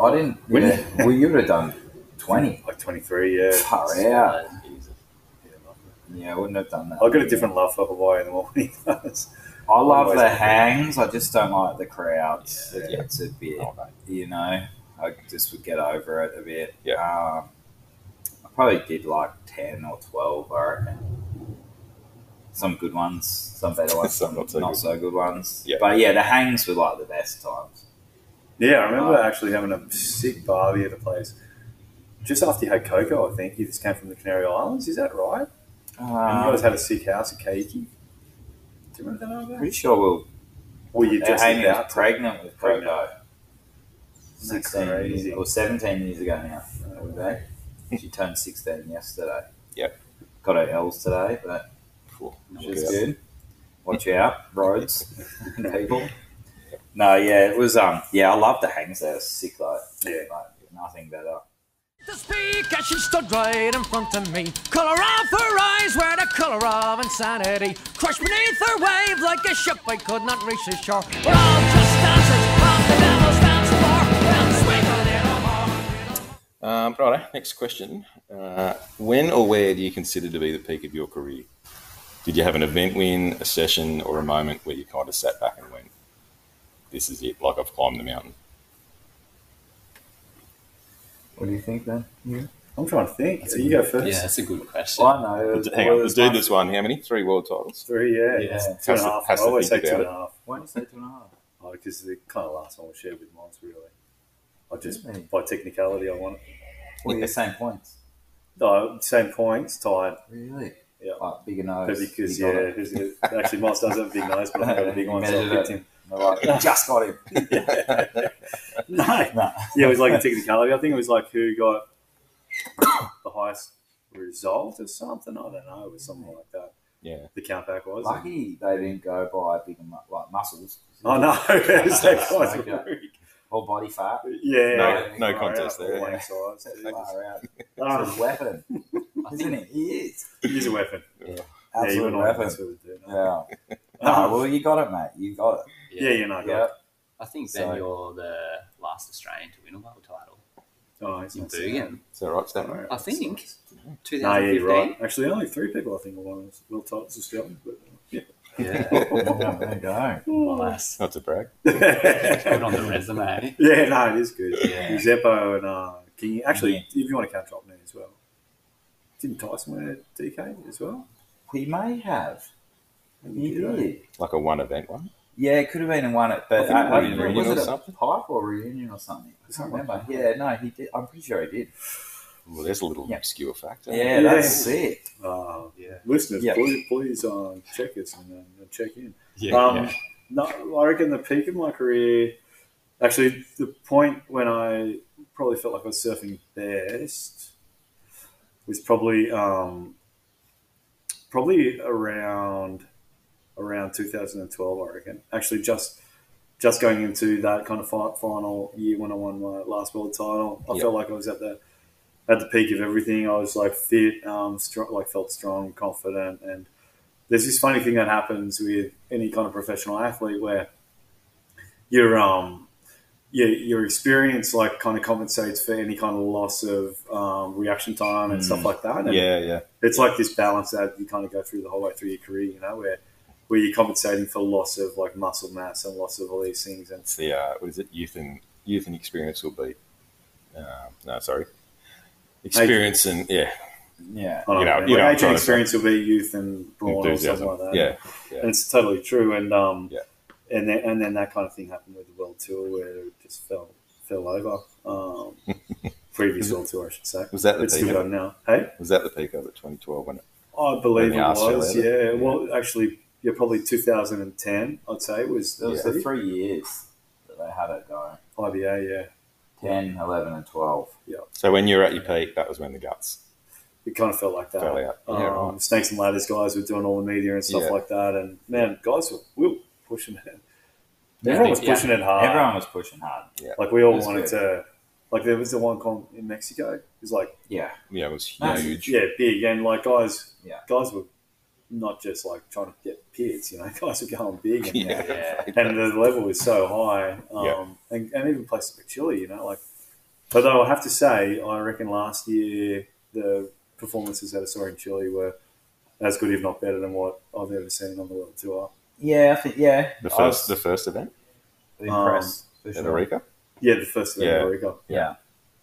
Speaker 5: I didn't.
Speaker 4: When-
Speaker 5: yeah. well, you would have done twenty.
Speaker 4: like 23. Yeah,
Speaker 5: Far out.
Speaker 2: Uh, Jesus.
Speaker 4: Yeah, no.
Speaker 5: Yeah, I wouldn't have done that.
Speaker 4: I got a different love for Hawaii than what he does.
Speaker 5: I love the
Speaker 4: Always.
Speaker 5: hangs. I just don't like the crowds.
Speaker 3: Yeah,
Speaker 5: It-
Speaker 3: yeah.
Speaker 5: It's a bit,
Speaker 3: Oh, no.
Speaker 5: you know. I just would get over it a bit.
Speaker 3: Yeah.
Speaker 5: Um, I probably did like ten or twelve. I reckon. Some good ones, some better ones,
Speaker 3: Some
Speaker 5: some
Speaker 3: not so
Speaker 5: not
Speaker 3: good.
Speaker 5: so good ones.
Speaker 3: Yeah.
Speaker 5: But yeah, the hangs were like the best times.
Speaker 4: Yeah, I remember
Speaker 5: Ah.
Speaker 4: actually having a sick barbie at a place just after you had Coco. I think you just came from the Canary Islands. Is that right? and you guys
Speaker 5: Um,
Speaker 4: had a sick house at Keiki. Do you remember that? over there?
Speaker 5: pretty sure we'll.
Speaker 4: Or you
Speaker 5: Uh,
Speaker 4: just
Speaker 5: Amy was
Speaker 4: about to-
Speaker 5: pregnant with
Speaker 4: Pregnant.
Speaker 5: Coco. sixteen years,
Speaker 4: crazy?
Speaker 5: or seventeen years ago now. that would be. She turned sixteen yesterday.
Speaker 3: Yep.
Speaker 5: Got her L's today, but
Speaker 3: Cool.
Speaker 5: she's
Speaker 3: Yeah.
Speaker 5: good. Watch out, roads, people. No, yeah, it was. Um, yeah, I love the hangs. They were sick, like yeah, like nothing better.
Speaker 6: to speak as she stood right in front of me. Colour of her eyes were the colour of insanity. Crushed beneath her wave like a ship I could not reach the shore. We're all just dancers on the devil's dance floor. Round swinging in a heart.
Speaker 3: Um, righto, next question. Uh, when or where do you consider to be the peak of your career? Did you have an event win, a session, or a moment where you kind of sat back and went, this is it, like I've climbed the mountain?
Speaker 5: What do you think then?
Speaker 4: I'm trying to think. So you go first.
Speaker 2: Yeah, that's a good question.
Speaker 5: Well, I know. It was,
Speaker 3: Hang on,
Speaker 5: it
Speaker 3: the
Speaker 5: was
Speaker 3: dude
Speaker 5: one-
Speaker 3: that's won how many? Three world titles.
Speaker 4: Three, yeah.
Speaker 5: Yeah.
Speaker 4: It's Two and
Speaker 3: Has
Speaker 4: a
Speaker 3: to-
Speaker 4: half.
Speaker 3: has
Speaker 4: I
Speaker 3: to
Speaker 4: always say
Speaker 3: think about
Speaker 4: two and a half.
Speaker 5: Why do you say two and a half?
Speaker 4: Because the kind of last one we shared with mine, really. I just,
Speaker 5: Really?
Speaker 4: by technicality, I want it.
Speaker 5: Well, you're same points.
Speaker 4: No, same points, tied.
Speaker 5: Really?
Speaker 4: Yeah.
Speaker 5: Like bigger nose.
Speaker 4: But because,
Speaker 5: he got
Speaker 4: yeah,
Speaker 5: it.
Speaker 4: because it- actually, Moss does have a big nose, but I've got a big one, so I
Speaker 5: Measured
Speaker 4: picked
Speaker 5: it.
Speaker 4: him.
Speaker 5: They're like, "You just got him.
Speaker 4: No.
Speaker 5: No.
Speaker 4: Yeah, it was like a technicality. I think it was like who got the highest result or something. I don't know. It was something like that.
Speaker 3: Yeah.
Speaker 4: The countback was.
Speaker 5: Lucky they didn't go by bigger mu- like muscles.
Speaker 4: Oh, no. It's that guy's
Speaker 5: Okay.
Speaker 4: worried.
Speaker 5: Whole body fat.
Speaker 4: Yeah.
Speaker 3: No,
Speaker 5: Yeah.
Speaker 3: no contest there.
Speaker 4: All size.
Speaker 5: That's far out. It's
Speaker 4: Ah,
Speaker 5: a weapon, isn't it? He is.
Speaker 4: He's a weapon. Yeah, you
Speaker 5: Absolute
Speaker 4: wouldn't want
Speaker 5: weapon.
Speaker 4: to do that.
Speaker 5: Yeah. No, well, you got it, mate. You got it.
Speaker 4: Yeah, you know,
Speaker 5: Yeah.
Speaker 4: yeah.
Speaker 2: I think then
Speaker 5: So-
Speaker 2: you're the last Australian to win a world title
Speaker 4: Oh, it's
Speaker 2: in
Speaker 4: not
Speaker 2: Bergen.
Speaker 3: Is that right, Stan?
Speaker 4: bad.
Speaker 2: I think
Speaker 4: No, yeah,
Speaker 2: 2015.
Speaker 4: you're right. Actually, only three people I think won Will Tots Australian. But, yeah.
Speaker 2: Yeah,
Speaker 5: there you go.
Speaker 2: nice.
Speaker 3: Not to brag.
Speaker 2: Put on the resume.
Speaker 4: yeah, no, it is good.
Speaker 2: Yeah.
Speaker 4: Zeppo and uh, King. Actually,
Speaker 5: Yeah.
Speaker 4: if you want to count drop now as well. Didn't Tyson win a DK as well?
Speaker 5: He may have. He did.
Speaker 3: Like a one event one.
Speaker 5: Yeah, it could have been in one, at-
Speaker 3: I
Speaker 5: but
Speaker 3: think it
Speaker 5: I,
Speaker 3: might
Speaker 5: I,
Speaker 3: have been
Speaker 5: was
Speaker 3: reunion
Speaker 5: it
Speaker 3: or
Speaker 5: a
Speaker 3: something.
Speaker 5: pipe or reunion or something? I can't
Speaker 4: Something like
Speaker 5: remember. Yeah, no, he did. I'm pretty sure he did.
Speaker 3: Well, there's a little
Speaker 5: Yeah.
Speaker 3: obscure factor.
Speaker 5: Yeah,
Speaker 4: Yeah.
Speaker 5: that's sick.
Speaker 4: Uh,
Speaker 2: Yeah.
Speaker 4: Listeners,
Speaker 5: Yeah.
Speaker 4: please, please uh, check us and uh, check in.
Speaker 2: Yeah,
Speaker 4: um,
Speaker 2: yeah.
Speaker 4: No, I reckon the peak of my career, actually, the point when I probably felt like I was surfing best was probably um, probably around around 2012. I reckon actually just just going into that kind of fi- final year when I won my last world title, I
Speaker 3: Yeah.
Speaker 4: felt like I was at the at the peak of everything. I was like fit, um, strong, like felt strong, confident, and there's this funny thing that happens with any kind of professional athlete where your um your, your experience like kind of compensates for any kind of loss of um, reaction time and stuff like that. And
Speaker 3: Mm. Yeah, yeah.
Speaker 4: it's like this balance that you kind of go through the whole way through your career, you know, where where you're compensating for loss of like muscle mass and loss of all these things. And
Speaker 3: It's the, uh, what is it? Youth and, youth and experience will be. Uh, no, sorry. Experience and, yeah.
Speaker 5: Yeah.
Speaker 4: I don't
Speaker 3: You know,
Speaker 4: know,
Speaker 3: you know,
Speaker 4: like,
Speaker 3: I'm
Speaker 4: age
Speaker 3: trying
Speaker 4: and
Speaker 3: to-
Speaker 4: experience will be youth and brawn or something
Speaker 3: Enthusiasm.
Speaker 4: like that.
Speaker 3: Yeah.
Speaker 4: and it's totally true. And um,
Speaker 3: Yeah.
Speaker 4: and then and then that kind of thing happened with the world tour where it just fell fell over. Um, previous world tour, I should say.
Speaker 3: Was that the
Speaker 4: it's still
Speaker 3: peak of
Speaker 4: going now? Hey,
Speaker 3: Was that the peak of it, 2012, when it
Speaker 4: I believe
Speaker 3: When
Speaker 4: it
Speaker 3: they asked you
Speaker 4: was. Yeah.
Speaker 3: later.
Speaker 4: Well, actually, yeah, probably 2010. I'd say was
Speaker 5: It was
Speaker 4: the
Speaker 5: the three years that they had it going
Speaker 4: IBA. Yeah,
Speaker 5: 10, 11, and 12.
Speaker 3: So when you were at your peak, that was when the guts.
Speaker 4: it kind of felt like that.
Speaker 3: Fell out.
Speaker 4: Um,
Speaker 3: Yeah, right.
Speaker 4: Snakes and ladders guys were doing all the media and stuff
Speaker 3: Yeah.
Speaker 4: like that. And man, guys were, we were pushing it.
Speaker 5: Yeah,
Speaker 4: Everyone was
Speaker 2: yeah.
Speaker 4: pushing it hard.
Speaker 5: Everyone was pushing hard.
Speaker 4: Like we all
Speaker 5: It was
Speaker 4: wanted
Speaker 5: good.
Speaker 4: to. Like there was the one comp in Mexico. It was like
Speaker 5: Yeah.
Speaker 3: Yeah, it was
Speaker 5: Nice.
Speaker 3: huge.
Speaker 4: yeah, big and like guys,
Speaker 5: Yeah.
Speaker 4: guys were not just like trying to get pits, you know, guys were going big, and,
Speaker 3: Yeah.
Speaker 2: Yeah.
Speaker 4: and the level was so high, um,
Speaker 3: Yeah.
Speaker 4: and, and even places like Chile, you know, like. Although I have to say, I reckon last year the performances that I saw in Chile were as good, if not better, than what I've ever seen on the world tour.
Speaker 5: Yeah, I think, yeah.
Speaker 3: The
Speaker 5: I was
Speaker 3: first, the first event,
Speaker 5: impressed. for sure.
Speaker 3: Tenerife.
Speaker 4: Yeah, the first thing
Speaker 3: Yeah.
Speaker 4: yeah. we got
Speaker 5: Yeah.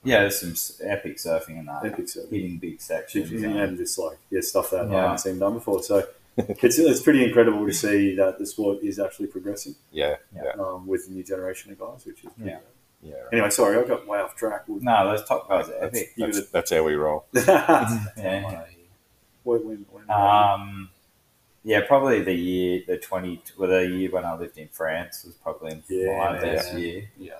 Speaker 5: Yeah, there's some s- epic surfing in that.
Speaker 4: epic service.
Speaker 5: Hitting big sections. and-
Speaker 4: and just like yeah, stuff that I
Speaker 5: Yeah.
Speaker 4: haven't seen done before. So it's it's pretty incredible to see that the sport is actually progressing.
Speaker 3: Yeah,
Speaker 5: Yeah.
Speaker 3: yeah,
Speaker 4: um, with the new generation of guys, which is
Speaker 5: Yeah.
Speaker 3: yeah. right.
Speaker 4: Anyway, sorry, I got way off track. We'll-
Speaker 5: No, those top guys are epic.
Speaker 4: You
Speaker 3: That's, that's how we roll.
Speaker 4: gotta-
Speaker 5: Yeah.
Speaker 4: when, when, when,
Speaker 5: Um, yeah, probably the year, the 20, well, the year when I lived in France was probably
Speaker 4: Yeah,
Speaker 5: my best
Speaker 4: man.
Speaker 5: year.
Speaker 2: Yeah.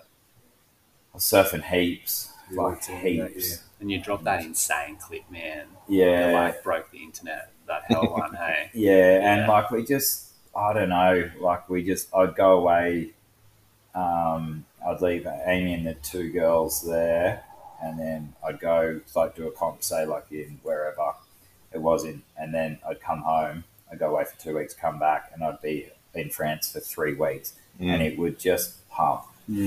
Speaker 5: I surfing heaps, like
Speaker 4: Yeah.
Speaker 5: heaps.
Speaker 2: And you dropped that insane clip, man. That,
Speaker 5: Yeah,
Speaker 2: like broke the internet. That hell one, hey.
Speaker 5: yeah,
Speaker 2: Yeah.
Speaker 5: and like we just, I don't know, like we just, I'd go away. Um, I'd leave Amy and the two girls there, and then I'd go like do a comp, say like in wherever it was in, and then I'd come home. I'd go away for two weeks, come back, and I'd be in France for three weeks, and it would just pump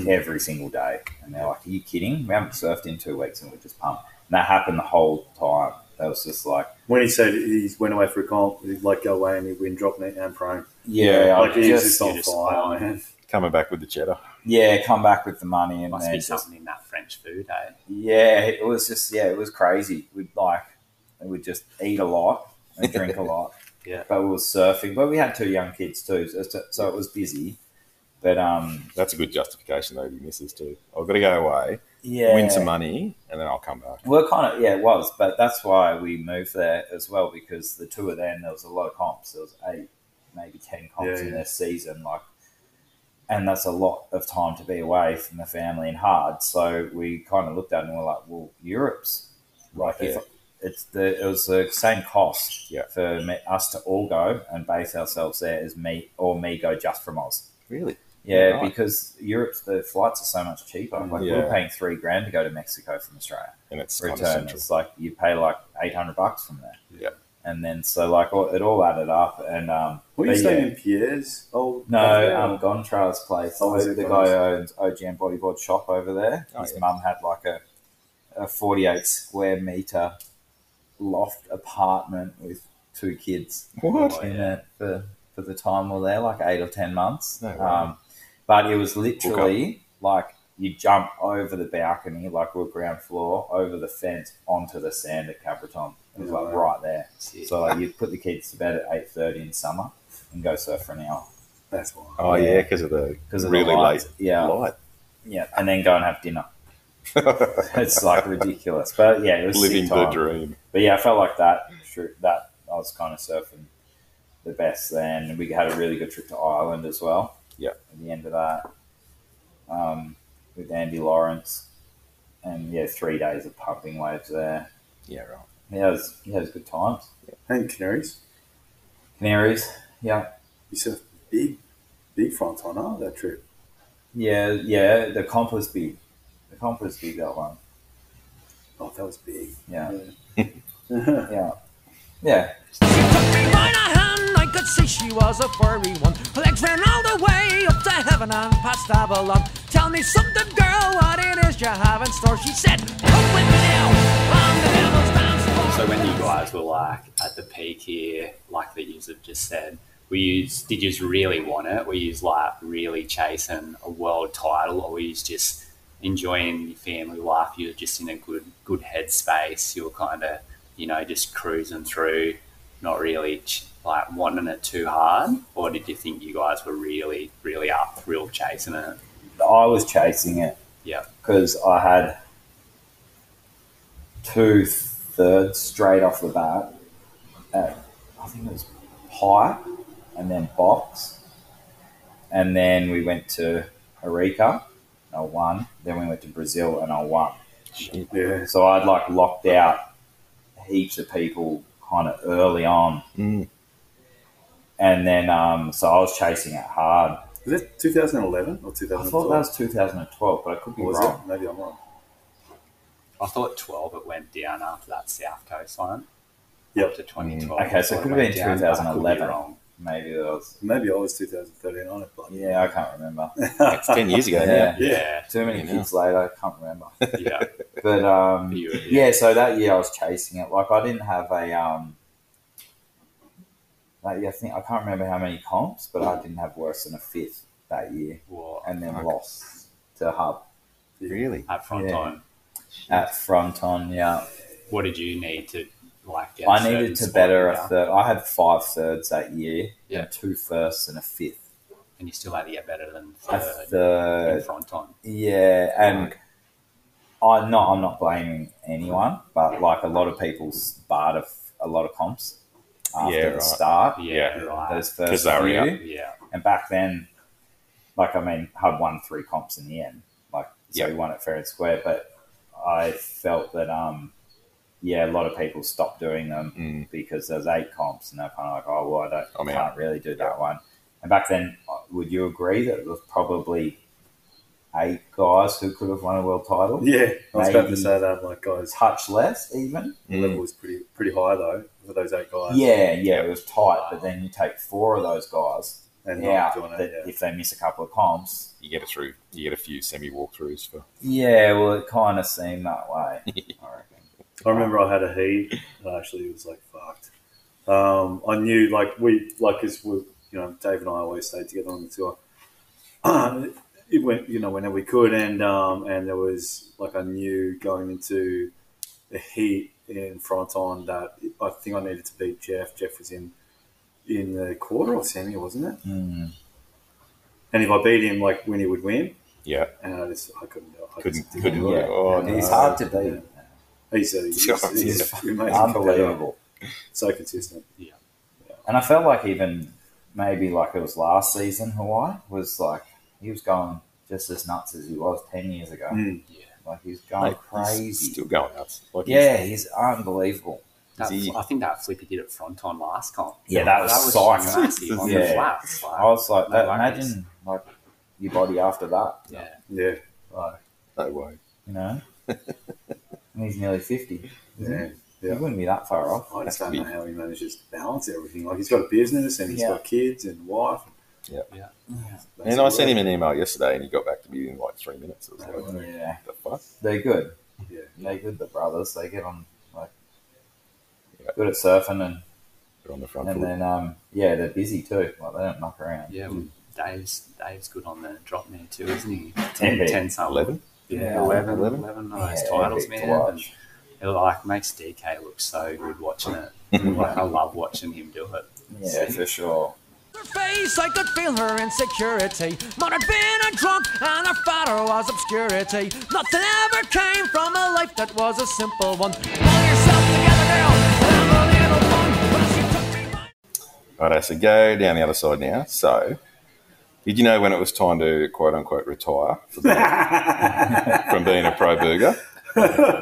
Speaker 5: every single day. And they're like, "Are you kidding? We haven't surfed in two weeks, and we just pump." And that happened the whole time. That was just like.
Speaker 4: When he said he went away for a comp, he'd like go away and he'd win drop net and prone.
Speaker 5: Yeah,
Speaker 4: like
Speaker 5: I
Speaker 4: he's just,
Speaker 5: just,
Speaker 4: on
Speaker 2: just
Speaker 4: fire,
Speaker 2: on.
Speaker 4: man.
Speaker 3: Coming back with the cheddar.
Speaker 5: yeah, come back with the money and
Speaker 2: Must
Speaker 5: then
Speaker 2: be
Speaker 5: just,
Speaker 2: something in that French food, eh? hey.
Speaker 5: yeah, it was just yeah, it was crazy. We'd like we would just eat a lot and drink a lot.
Speaker 2: Yeah.
Speaker 5: but we were surfing, but we had two young kids too, so, so it was busy. But um,
Speaker 3: That's a good justification, though, if he misses too. I've got to go away,
Speaker 5: yeah,
Speaker 3: win some money, and then I'll come back.
Speaker 5: Well, kind of, yeah, it was, but that's why we moved there as well because the two of them, there was a lot of comps. There was eight, maybe ten comps
Speaker 4: Yeah,
Speaker 5: in
Speaker 4: yeah.
Speaker 5: their season, like, and that's a lot of time to be away from the family and hard. So we kind of looked at it and we're like, well, Europe's like
Speaker 3: Right
Speaker 5: if it's the it was the same cost
Speaker 3: Yeah.
Speaker 5: for me, us to all go and base ourselves there as me or me go just from Oz.
Speaker 3: Really?
Speaker 5: Yeah,
Speaker 3: Right.
Speaker 5: because Europe's the flights are so much cheaper. Like we
Speaker 3: Yeah.
Speaker 5: we're paying three grand to go to Mexico from Australia
Speaker 3: And it's kind of
Speaker 5: return.
Speaker 3: central.
Speaker 5: It's like you pay like eight hundred bucks from there.
Speaker 3: Yeah.
Speaker 5: And then so like all, it all added up and um.
Speaker 4: What are you
Speaker 5: but
Speaker 4: staying
Speaker 5: yeah.
Speaker 4: in Pierre's? Oh,
Speaker 5: No, um, Gontrar's place.
Speaker 4: Oh, is it
Speaker 5: the guy
Speaker 4: Gontrar's?
Speaker 5: owns OGM Bodyboard shop over there.
Speaker 3: Oh,
Speaker 5: His
Speaker 3: yeah.
Speaker 5: mum had like a a forty-eight square meter loft apartment with two kids
Speaker 3: What?
Speaker 5: in it for for the time we we're there, like eight or ten months.
Speaker 3: No way.
Speaker 5: um, but it was literally like you jump over the balcony, like we we're ground floor, over the fence onto the sand at Cabreton. It was
Speaker 4: No
Speaker 5: like
Speaker 4: way.
Speaker 5: right there.
Speaker 2: Shit.
Speaker 5: So like you put the kids to bed at eight thirty in summer and go surf for an hour
Speaker 4: that's why.
Speaker 3: Oh, yeah, because of the
Speaker 5: because of
Speaker 3: really
Speaker 5: the
Speaker 3: late
Speaker 5: lights. Yeah,
Speaker 3: light.
Speaker 5: yeah, and then go and have dinner. It's like ridiculous, but yeah, it was
Speaker 3: Living
Speaker 5: living
Speaker 3: the dream.
Speaker 5: But yeah, I felt like that. Sure, that I was kind of surfing the best then. We had a really good trip to Ireland as well.
Speaker 3: Yeah.
Speaker 5: At the end of that, um, with Andy Lawrence, and yeah, three days of pumping waves there.
Speaker 3: Yeah, right.
Speaker 5: He has he has good times.
Speaker 4: And Canaries.
Speaker 5: Canaries, yeah,
Speaker 4: You surfed big, big front on huh, that trip.
Speaker 5: yeah, yeah. The comp was big. The comp was big that one.
Speaker 4: Oh, that was big.
Speaker 5: Yeah,
Speaker 4: Yeah.
Speaker 5: yeah, yeah.
Speaker 6: She took me by the hand, I could see she was a furry one. Her legs ran all the way up to heaven and past Avalon. Tell me something, girl, what it is you have in store. She said, Come with me now, on the devil's dance floor.
Speaker 2: So when you guys were like at the peak here, like that you have just said, were you did you really want it? Were you like really chasing a world title, or were you just enjoying your family life? You were just in a good good headspace. You were kind of you know just cruising through, not really ch- like wanting it too hard, or did you think you guys were really really up, real chasing it?
Speaker 5: I was chasing it.
Speaker 2: Yeah,
Speaker 5: because I had two thirds straight off the bat at I think it was pipe and then box, and then we went to Arica. I won. Then we went to Brazil and I won.
Speaker 4: Yeah.
Speaker 5: So I'd like locked out heaps of people kind of early on,
Speaker 3: Mm.
Speaker 5: and then um, so I was chasing it hard.
Speaker 4: Was that 2011 or 2012?
Speaker 5: I thought that was 2012, but I could be
Speaker 4: Or was
Speaker 5: wrong.
Speaker 4: it? Maybe I'm wrong.
Speaker 2: I thought twelve it went down after that South Coast one.
Speaker 4: Yep.
Speaker 2: up to twenty twelve.
Speaker 5: Okay, so it could have been 2011.
Speaker 2: Wrong.
Speaker 5: Maybe that was.
Speaker 4: Maybe I was 2013 on it, but
Speaker 5: Yeah, I can't remember.
Speaker 3: It's 10 years ago now.
Speaker 5: Yeah.
Speaker 2: Yeah,
Speaker 5: Too many
Speaker 3: You know.
Speaker 5: kids later, I can't remember.
Speaker 2: yeah.
Speaker 5: But um,
Speaker 2: You-
Speaker 5: yeah, so that year I was chasing it. Like I didn't have a um, like I think I can't remember how many comps, but I didn't have worse than a fifth that year,
Speaker 2: Well,
Speaker 5: and then
Speaker 3: Fuck.
Speaker 5: lost to Hub
Speaker 3: Really?
Speaker 2: at front
Speaker 5: Yeah.
Speaker 2: on,
Speaker 5: at Fronton. Yeah,
Speaker 2: what did you need to like? Get a
Speaker 5: I
Speaker 2: certain
Speaker 5: needed to
Speaker 2: spot
Speaker 5: better a
Speaker 2: down?
Speaker 5: third. I had five thirds that year,
Speaker 2: Yeah.
Speaker 5: and two firsts and a fifth.
Speaker 2: and you still had to get better than
Speaker 5: A
Speaker 2: third in
Speaker 5: third,
Speaker 2: front on.
Speaker 5: Yeah, and I'm not. I'm not blaming anyone, but like a lot of people barred a, f- a lot of comps after
Speaker 3: Yeah,
Speaker 5: the
Speaker 3: right.
Speaker 5: start.
Speaker 2: Yeah,
Speaker 3: Yeah.
Speaker 2: right.
Speaker 5: Those first
Speaker 3: they were
Speaker 5: few,
Speaker 3: up.
Speaker 2: yeah,
Speaker 5: and back then, like I mean, had won three comps in the end. Like so
Speaker 2: Yeah.
Speaker 5: we won it fair and square. But I felt that, um, yeah, a lot of people stopped doing them
Speaker 3: Mm.
Speaker 5: because there's eight comps, and they're kind of like, oh, well, I don't,
Speaker 3: I'm
Speaker 5: can't
Speaker 3: out.
Speaker 5: really do that one. And back then, uh, would you agree that there was probably eight guys who could have won a world title?
Speaker 4: Yeah, I was about
Speaker 5: Maybe.
Speaker 4: to say that. I'm like, guys,
Speaker 5: Touch less, even.
Speaker 4: the
Speaker 3: Mm.
Speaker 4: level was pretty pretty high though for those eight guys.
Speaker 5: Yeah, yeah, it was tight. But then you take four of those guys
Speaker 4: and not
Speaker 5: out
Speaker 4: doing
Speaker 5: that
Speaker 4: it. Yeah.
Speaker 5: if they miss a couple of comps.
Speaker 3: You get it through. You get a few semi walkthroughs for.
Speaker 5: Yeah, well, it kind of seemed that way. I reckon.
Speaker 4: I remember I had a he, and actually it was like fucked. Um, I knew like we like as we you know Dave and I always stayed together on the tour. it went you know whenever we could, and um, and there was like I knew going into the heat in Fronton that I think I needed to beat Jeff. Jeff was in in the quarter or semi, wasn't it?
Speaker 5: Mm.
Speaker 4: And if I beat him, like Winnie would win,
Speaker 3: Yeah,
Speaker 4: and I just I couldn't do it. I
Speaker 3: couldn't
Speaker 4: just didn't
Speaker 3: couldn't.
Speaker 4: do it.
Speaker 5: Yeah.
Speaker 3: Oh,
Speaker 5: And
Speaker 3: no.
Speaker 5: He's hard to beat.
Speaker 4: He's a, he's,
Speaker 3: Yeah.
Speaker 4: he's a fucking amazing competitor.
Speaker 5: Unbelievable.
Speaker 4: So consistent.
Speaker 5: And I felt like even maybe like it was last season, Hawaii was like he was going just as nuts as he was ten years ago.
Speaker 4: Mm.
Speaker 5: Like he's going
Speaker 3: Like, he's
Speaker 5: Oh, crazy.
Speaker 3: Still going nuts. Like he's-
Speaker 5: yeah, he's unbelievable.
Speaker 2: That,
Speaker 3: Is he-
Speaker 2: I think that flip he did at Fronton last comp.
Speaker 5: Yeah, that was psyched.
Speaker 2: massive on the
Speaker 5: Yeah.
Speaker 2: flats. Like,
Speaker 5: I was like,
Speaker 2: no
Speaker 5: that,
Speaker 2: worries.
Speaker 5: imagine like your body after that.
Speaker 2: yeah.
Speaker 4: Yeah.
Speaker 5: Like
Speaker 3: No way.
Speaker 5: you know, and he's nearly fifty. isn't
Speaker 4: Yeah.
Speaker 5: he?
Speaker 4: Yeah.
Speaker 5: He wouldn't be that far off.
Speaker 4: I just
Speaker 3: That's
Speaker 4: don't know how he manages to balance everything. Like he's got a business and he's
Speaker 5: Yeah.
Speaker 4: got kids and wife.
Speaker 3: Yeah.
Speaker 2: Yeah.
Speaker 4: That's
Speaker 3: And I
Speaker 4: it.
Speaker 3: sent him an email yesterday, and he got back to me in like three minutes. It was like, what
Speaker 5: Yeah,
Speaker 3: the fuck?
Speaker 5: they're good.
Speaker 4: Yeah.
Speaker 5: They're good. The brothers, they get on like
Speaker 3: Yeah.
Speaker 5: good at surfing and
Speaker 3: They're on the front
Speaker 5: And
Speaker 3: foot.
Speaker 5: then, um, yeah, they're busy too. Like they don't knock around.
Speaker 2: Yeah, well, Dave's Dave's good on the drop there too, isn't he? 10,
Speaker 5: Yeah.
Speaker 2: 10 something.
Speaker 3: Eleven.
Speaker 2: Yeah,
Speaker 5: Yeah.
Speaker 2: 11,
Speaker 3: 11.
Speaker 2: 11, of those
Speaker 5: Yeah,
Speaker 2: titles,
Speaker 5: epic to
Speaker 2: man. And
Speaker 5: watch.
Speaker 2: it like makes DK look so good watching it. like, I love watching him do it.
Speaker 5: Yeah, for sure.
Speaker 6: her face, I could feel her insecurity. Mother been a drunk and her father was obscurity. Nothing ever came from a life that was a simple one. Pull yourself together, girl, and have a little fun. Well, she took me by-
Speaker 3: Right, so go down the other side now. So, did you know when it was time to quote unquote retire from being, from being a pro burger?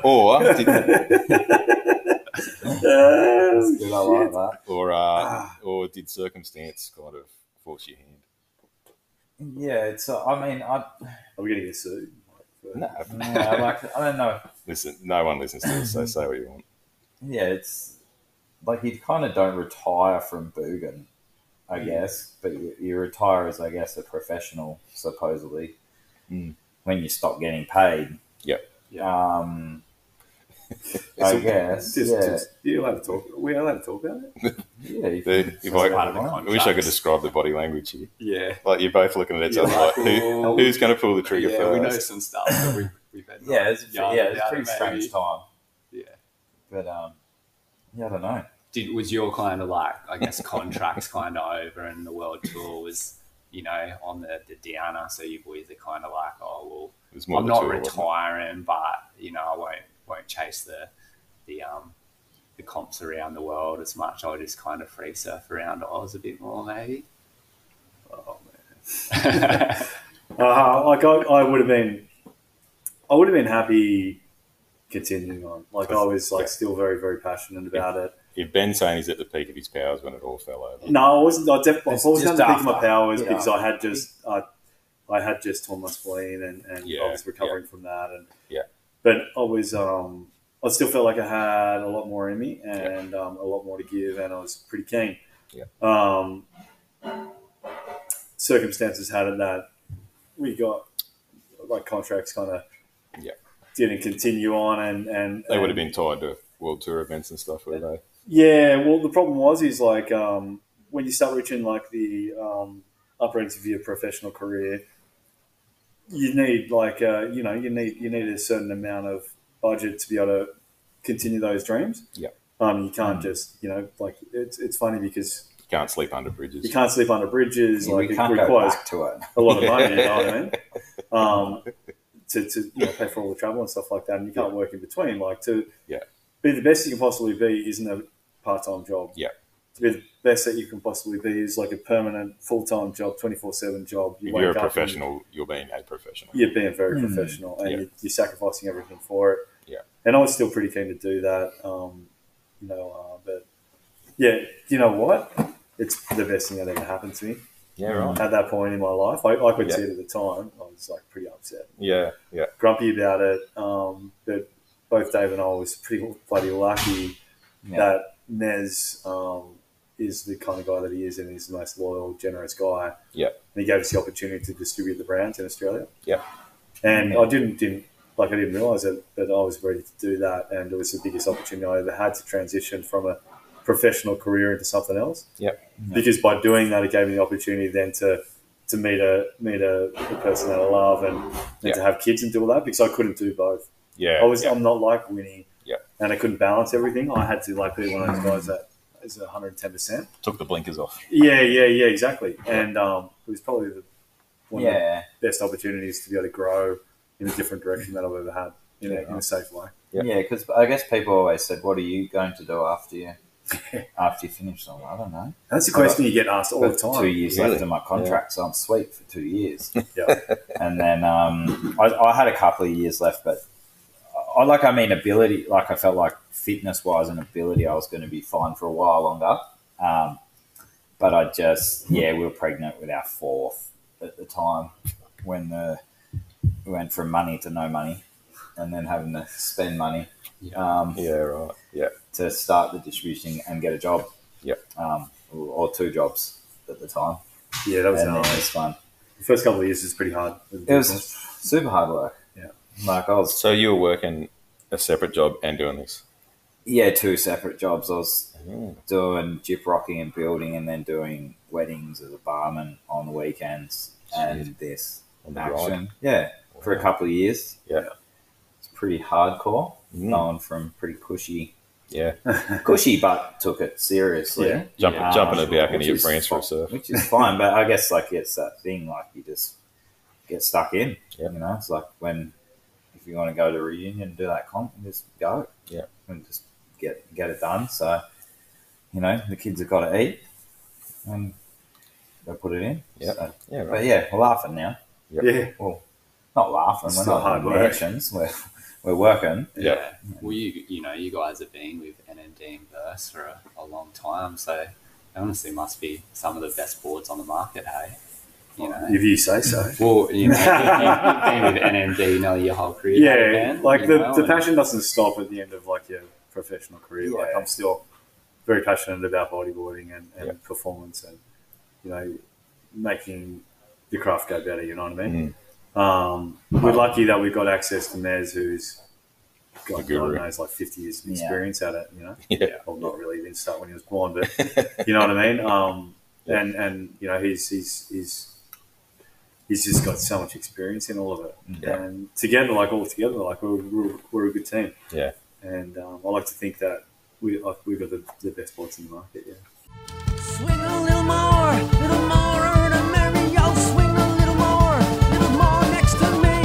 Speaker 3: Or did,
Speaker 5: That's good. I like that.
Speaker 3: or, uh,
Speaker 2: Ah.
Speaker 3: or did circumstance kind of force your hand?
Speaker 5: Yeah, it's. Uh, I mean, I,
Speaker 4: Are we going to get sued? Like, for-
Speaker 3: No.
Speaker 5: yeah, I like. I don't know.
Speaker 3: Listen, no one listens to this,
Speaker 2: Mm.
Speaker 3: so say what you want.
Speaker 5: Yeah, it's like you kind of don't retire from Boogan, I guess, but you, you retire as, I guess, a professional supposedly
Speaker 3: Mm.
Speaker 5: when you stop getting paid.
Speaker 3: Yep.
Speaker 5: Um, I guess.
Speaker 4: Just,
Speaker 5: yeah.
Speaker 4: just, you're allowed to talk. We're allowed to talk about it.
Speaker 5: yeah. you can
Speaker 3: Dude, if
Speaker 5: say
Speaker 3: I,
Speaker 5: what you
Speaker 2: the
Speaker 5: want.
Speaker 3: I wish I could describe the body language here.
Speaker 2: Yeah.
Speaker 3: Like you're both looking at each other like, who, who's going to pull the trigger
Speaker 2: Yeah, we know
Speaker 3: first?
Speaker 2: some stuff that we, we've had.
Speaker 5: Yeah, it's,
Speaker 2: yarn
Speaker 5: yeah, it's a
Speaker 2: about
Speaker 5: pretty
Speaker 2: it, maybe.
Speaker 5: strange time.
Speaker 2: Yeah.
Speaker 5: But um, yeah, I don't know.
Speaker 2: Did, was your kind of like, I guess, contracts kind of over and the world tour was, you know, on the, the downer, so you boys are kind of like, oh, well,
Speaker 3: It was more
Speaker 2: I'm
Speaker 3: the
Speaker 2: not
Speaker 3: two, wasn't it?
Speaker 2: retiring, but you know, I won't won't chase the the um the comps around the world as much. I'll just kind of free surf around Oz a bit more, maybe. Oh man.
Speaker 4: Uh, like I, I would have been, I would have been happy continuing on. Like I was like
Speaker 3: Yeah.
Speaker 4: still very very passionate about it.
Speaker 3: If Ben's saying he's at the peak of his powers when it all fell over,
Speaker 4: No, I wasn't. I definitely
Speaker 5: It's
Speaker 4: I wasn't
Speaker 5: just
Speaker 4: under the peak of my
Speaker 5: after.
Speaker 4: powers
Speaker 5: Yeah.
Speaker 4: because I had just I, I had just torn my spleen and, and
Speaker 3: Yeah,
Speaker 4: I was recovering from that and
Speaker 3: Yeah.
Speaker 4: But I was um I still felt like I had a lot more in me and um, a lot more to give and I was pretty keen.
Speaker 3: Yeah.
Speaker 4: Um, circumstances had it that we got like contracts kind of
Speaker 3: Yeah.
Speaker 4: didn't continue on and and
Speaker 3: they would have
Speaker 4: and-
Speaker 3: been tied to world tour events and stuff, would they?
Speaker 4: yeah, well, the problem was is like um, when you start reaching like the um, upper ends of your professional career, you need like uh, you know you need you need a certain amount of budget to be able to continue those dreams.
Speaker 3: Yeah.
Speaker 4: um, you can't
Speaker 5: Mm.
Speaker 4: just you know like it's it's funny because
Speaker 3: You can't sleep under
Speaker 4: you
Speaker 3: bridges.
Speaker 4: can't sleep under bridges.
Speaker 5: Yeah,
Speaker 4: like
Speaker 5: we
Speaker 4: it
Speaker 5: can't go
Speaker 4: requires
Speaker 5: back to it.
Speaker 4: a lot of money. you know what I mean? Um, to to you know, pay for all the travel and stuff like that, and you can't work in between. Like to
Speaker 3: Yeah.
Speaker 4: be the best you can possibly be isn't a part time job.
Speaker 3: Yeah.
Speaker 4: to be the best that you can possibly be is like a permanent full time job, twenty four seven job. You
Speaker 3: You're a
Speaker 4: wake up and
Speaker 3: professional. You're being a professional.
Speaker 4: You're being very professional, and
Speaker 3: Yeah.
Speaker 4: you're, you're sacrificing everything for it.
Speaker 3: Yeah.
Speaker 4: and I was still pretty keen to do that. Um, you know, uh, but yeah, you know what? It's the best thing that ever happened to me
Speaker 3: Yeah, right.
Speaker 4: at that point in my life. I, I could
Speaker 3: Yeah.
Speaker 4: see it at the time. I was like pretty upset,
Speaker 3: Yeah, yeah,
Speaker 4: grumpy about it. Um, but both Dave and I was pretty bloody lucky
Speaker 5: Yeah.
Speaker 4: that Nez um, is the kind of guy that he is, and he's the most loyal, generous guy.
Speaker 3: Yeah.
Speaker 4: and he gave us the opportunity to distribute the brands in Australia.
Speaker 3: Yeah.
Speaker 4: and I didn't didn't like I didn't realize it, but I was ready to do that, and it was the biggest opportunity I ever had to transition from a professional career into something else Mm-hmm.
Speaker 3: yeah.
Speaker 4: because by doing that, it gave me the opportunity then to to meet a meet a, a person that I love and, and
Speaker 3: Yeah.
Speaker 4: to have kids and do all that because I couldn't do both.
Speaker 3: Yeah,
Speaker 4: I was
Speaker 3: yeah.
Speaker 4: I'm not like Winnie,
Speaker 3: Yeah.
Speaker 4: and I couldn't balance everything. I had to like be one of those guys that is 110. percent
Speaker 3: took the blinkers off.
Speaker 4: Yeah, yeah, yeah, exactly. And um, it was probably the one of
Speaker 5: Yeah.
Speaker 4: the best opportunities to be able to grow in a different direction that I've ever had in, a, in a safe way.
Speaker 3: Yeah.
Speaker 5: Yeah, because I guess people always said, "What are you going to do after you after you finish?" I'm like, I don't know.
Speaker 4: That's the question you get asked all the
Speaker 5: I've got two
Speaker 4: time.
Speaker 5: years
Speaker 3: Really?
Speaker 5: left in my contract, so I'm sweet for two years.
Speaker 4: Yeah,
Speaker 5: and then um, I, I had a couple of years left, but I- I like I mean ability, like I felt like fitness wise and ability, I was going to be fine for a while longer. Um, but I just yeah, we were pregnant with our fourth at the time when the we went from money to no money, and then having to spend money. Um,
Speaker 3: Yeah, right. Yeah,
Speaker 5: to start the distribution and get a job.
Speaker 3: Yep.
Speaker 5: Um, or, or two jobs at the time.
Speaker 4: yeah, that was
Speaker 5: and then
Speaker 4: hard.
Speaker 5: this one.
Speaker 4: The first couple of years was pretty hard.
Speaker 5: It was super hard work.
Speaker 4: Yeah.
Speaker 5: Like I was,
Speaker 3: So you were working a separate job and doing this.
Speaker 5: yeah, two separate jobs. I was doing jip rocking and building and then doing weddings as a barman on the weekends and this
Speaker 3: On the
Speaker 5: action. Yeah. For a couple of years.
Speaker 3: Yeah.
Speaker 5: It's pretty hardcore.
Speaker 3: Mm.
Speaker 5: Going from pretty cushy,
Speaker 3: Yeah,
Speaker 5: cushy, but took it seriously.
Speaker 4: Yeah.
Speaker 3: jumping
Speaker 5: Um,
Speaker 3: jumping at the
Speaker 5: which
Speaker 3: balcony of
Speaker 5: is
Speaker 3: France for a
Speaker 5: fi-
Speaker 3: surf.
Speaker 5: which is fine. But I guess like it's that thing like you just get stuck in.
Speaker 3: Yeah.
Speaker 5: You know, it's like when if you want to go to a reunion and do that comp, you just go.
Speaker 3: Yeah.
Speaker 5: and just get get it done. So you know, the kids have got to eat, and they put it in.
Speaker 3: Yeah.
Speaker 5: So-
Speaker 3: Yeah, right.
Speaker 5: but yeah, we're laughing now.
Speaker 4: yeah,
Speaker 5: Not laughing.
Speaker 4: It's
Speaker 5: we're
Speaker 4: still
Speaker 5: not
Speaker 4: hard
Speaker 5: hard
Speaker 4: work.
Speaker 5: mansions. We're we're working.
Speaker 3: Yeah.
Speaker 2: Well, you you know, you guys have been with NMD and Verse for a, a long time, so they honestly must be some of the best boards on the market, hey? You know.
Speaker 4: if you say so.
Speaker 2: well, you know, you've been with NMD nearly your whole career.
Speaker 4: yeah,
Speaker 2: man,
Speaker 4: like
Speaker 2: you
Speaker 4: the,
Speaker 2: know,
Speaker 4: the
Speaker 2: and-
Speaker 4: passion doesn't stop at the end of like your professional career. Like
Speaker 5: Yeah.
Speaker 4: I'm still very passionate about bodyboarding and, and
Speaker 3: Yeah.
Speaker 4: performance and you know making the craft go better. You know what I mean? Um, we're lucky that we've got access to Nez, who's
Speaker 3: The
Speaker 4: got
Speaker 3: guru.
Speaker 4: God knows like 50 years of
Speaker 5: Yeah.
Speaker 4: experience at it. You know,
Speaker 3: Yeah.
Speaker 4: well, not really. He didn't start when he was born, but you know what I mean. Um,
Speaker 3: Yeah.
Speaker 4: And and you know he's he's he's he's just got so much experience in all of it.
Speaker 3: Yeah.
Speaker 4: And together, like all together, like we're, we're, we're a good team.
Speaker 3: Yeah.
Speaker 4: And um, I like to think that we like we've got the, the best boards in the market. Yeah.
Speaker 6: Swing a little more, little more, and a merry yo. Swing a little more, little more next to me.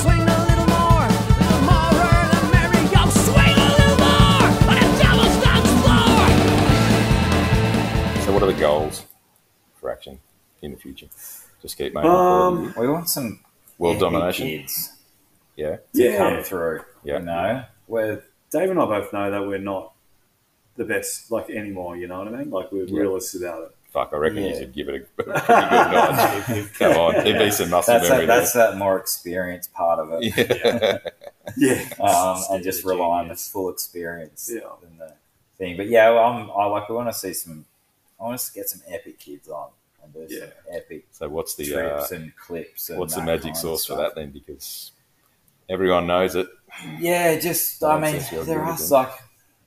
Speaker 6: Swing a little more, little more, and a merry yo. Swing a little more on a devil's dance floor.
Speaker 3: So what are the goals for action in the future? Just keep making
Speaker 4: Um,
Speaker 5: We want some
Speaker 3: world
Speaker 5: heavy
Speaker 3: domination.
Speaker 5: kids
Speaker 3: Yeah,
Speaker 5: to
Speaker 4: Yeah. um,
Speaker 5: come through.
Speaker 3: Yeah.
Speaker 5: You know, we're
Speaker 4: Dave and I both know that we're not the best like anymore. You know what I mean? Like we're
Speaker 3: Yeah.
Speaker 4: realists about it.
Speaker 3: fuck. I reckon you
Speaker 5: Yeah.
Speaker 3: should give it a pretty good nod. Come on, it'd be some muscle
Speaker 5: that's
Speaker 3: memory there.
Speaker 5: that, that's that more experience part of it,
Speaker 3: Yeah.
Speaker 4: Yeah.
Speaker 5: um,
Speaker 2: Still
Speaker 5: and just
Speaker 2: the
Speaker 5: rely on the
Speaker 2: genius.
Speaker 5: full experience
Speaker 4: Yeah.
Speaker 5: than the thing. But yeah, well, I'm, I like. I want to see some. I want us to get some epic kids on and do some epic
Speaker 3: So what's the uh,
Speaker 5: trips and clips. And
Speaker 3: what's the
Speaker 5: that
Speaker 3: magic
Speaker 5: kind of
Speaker 3: sauce for that
Speaker 5: stuff.
Speaker 3: then? Because everyone knows it.
Speaker 5: Yeah, just
Speaker 3: Well,
Speaker 5: I
Speaker 3: that's
Speaker 5: mean,
Speaker 3: just your
Speaker 5: there are
Speaker 3: ability.
Speaker 5: like,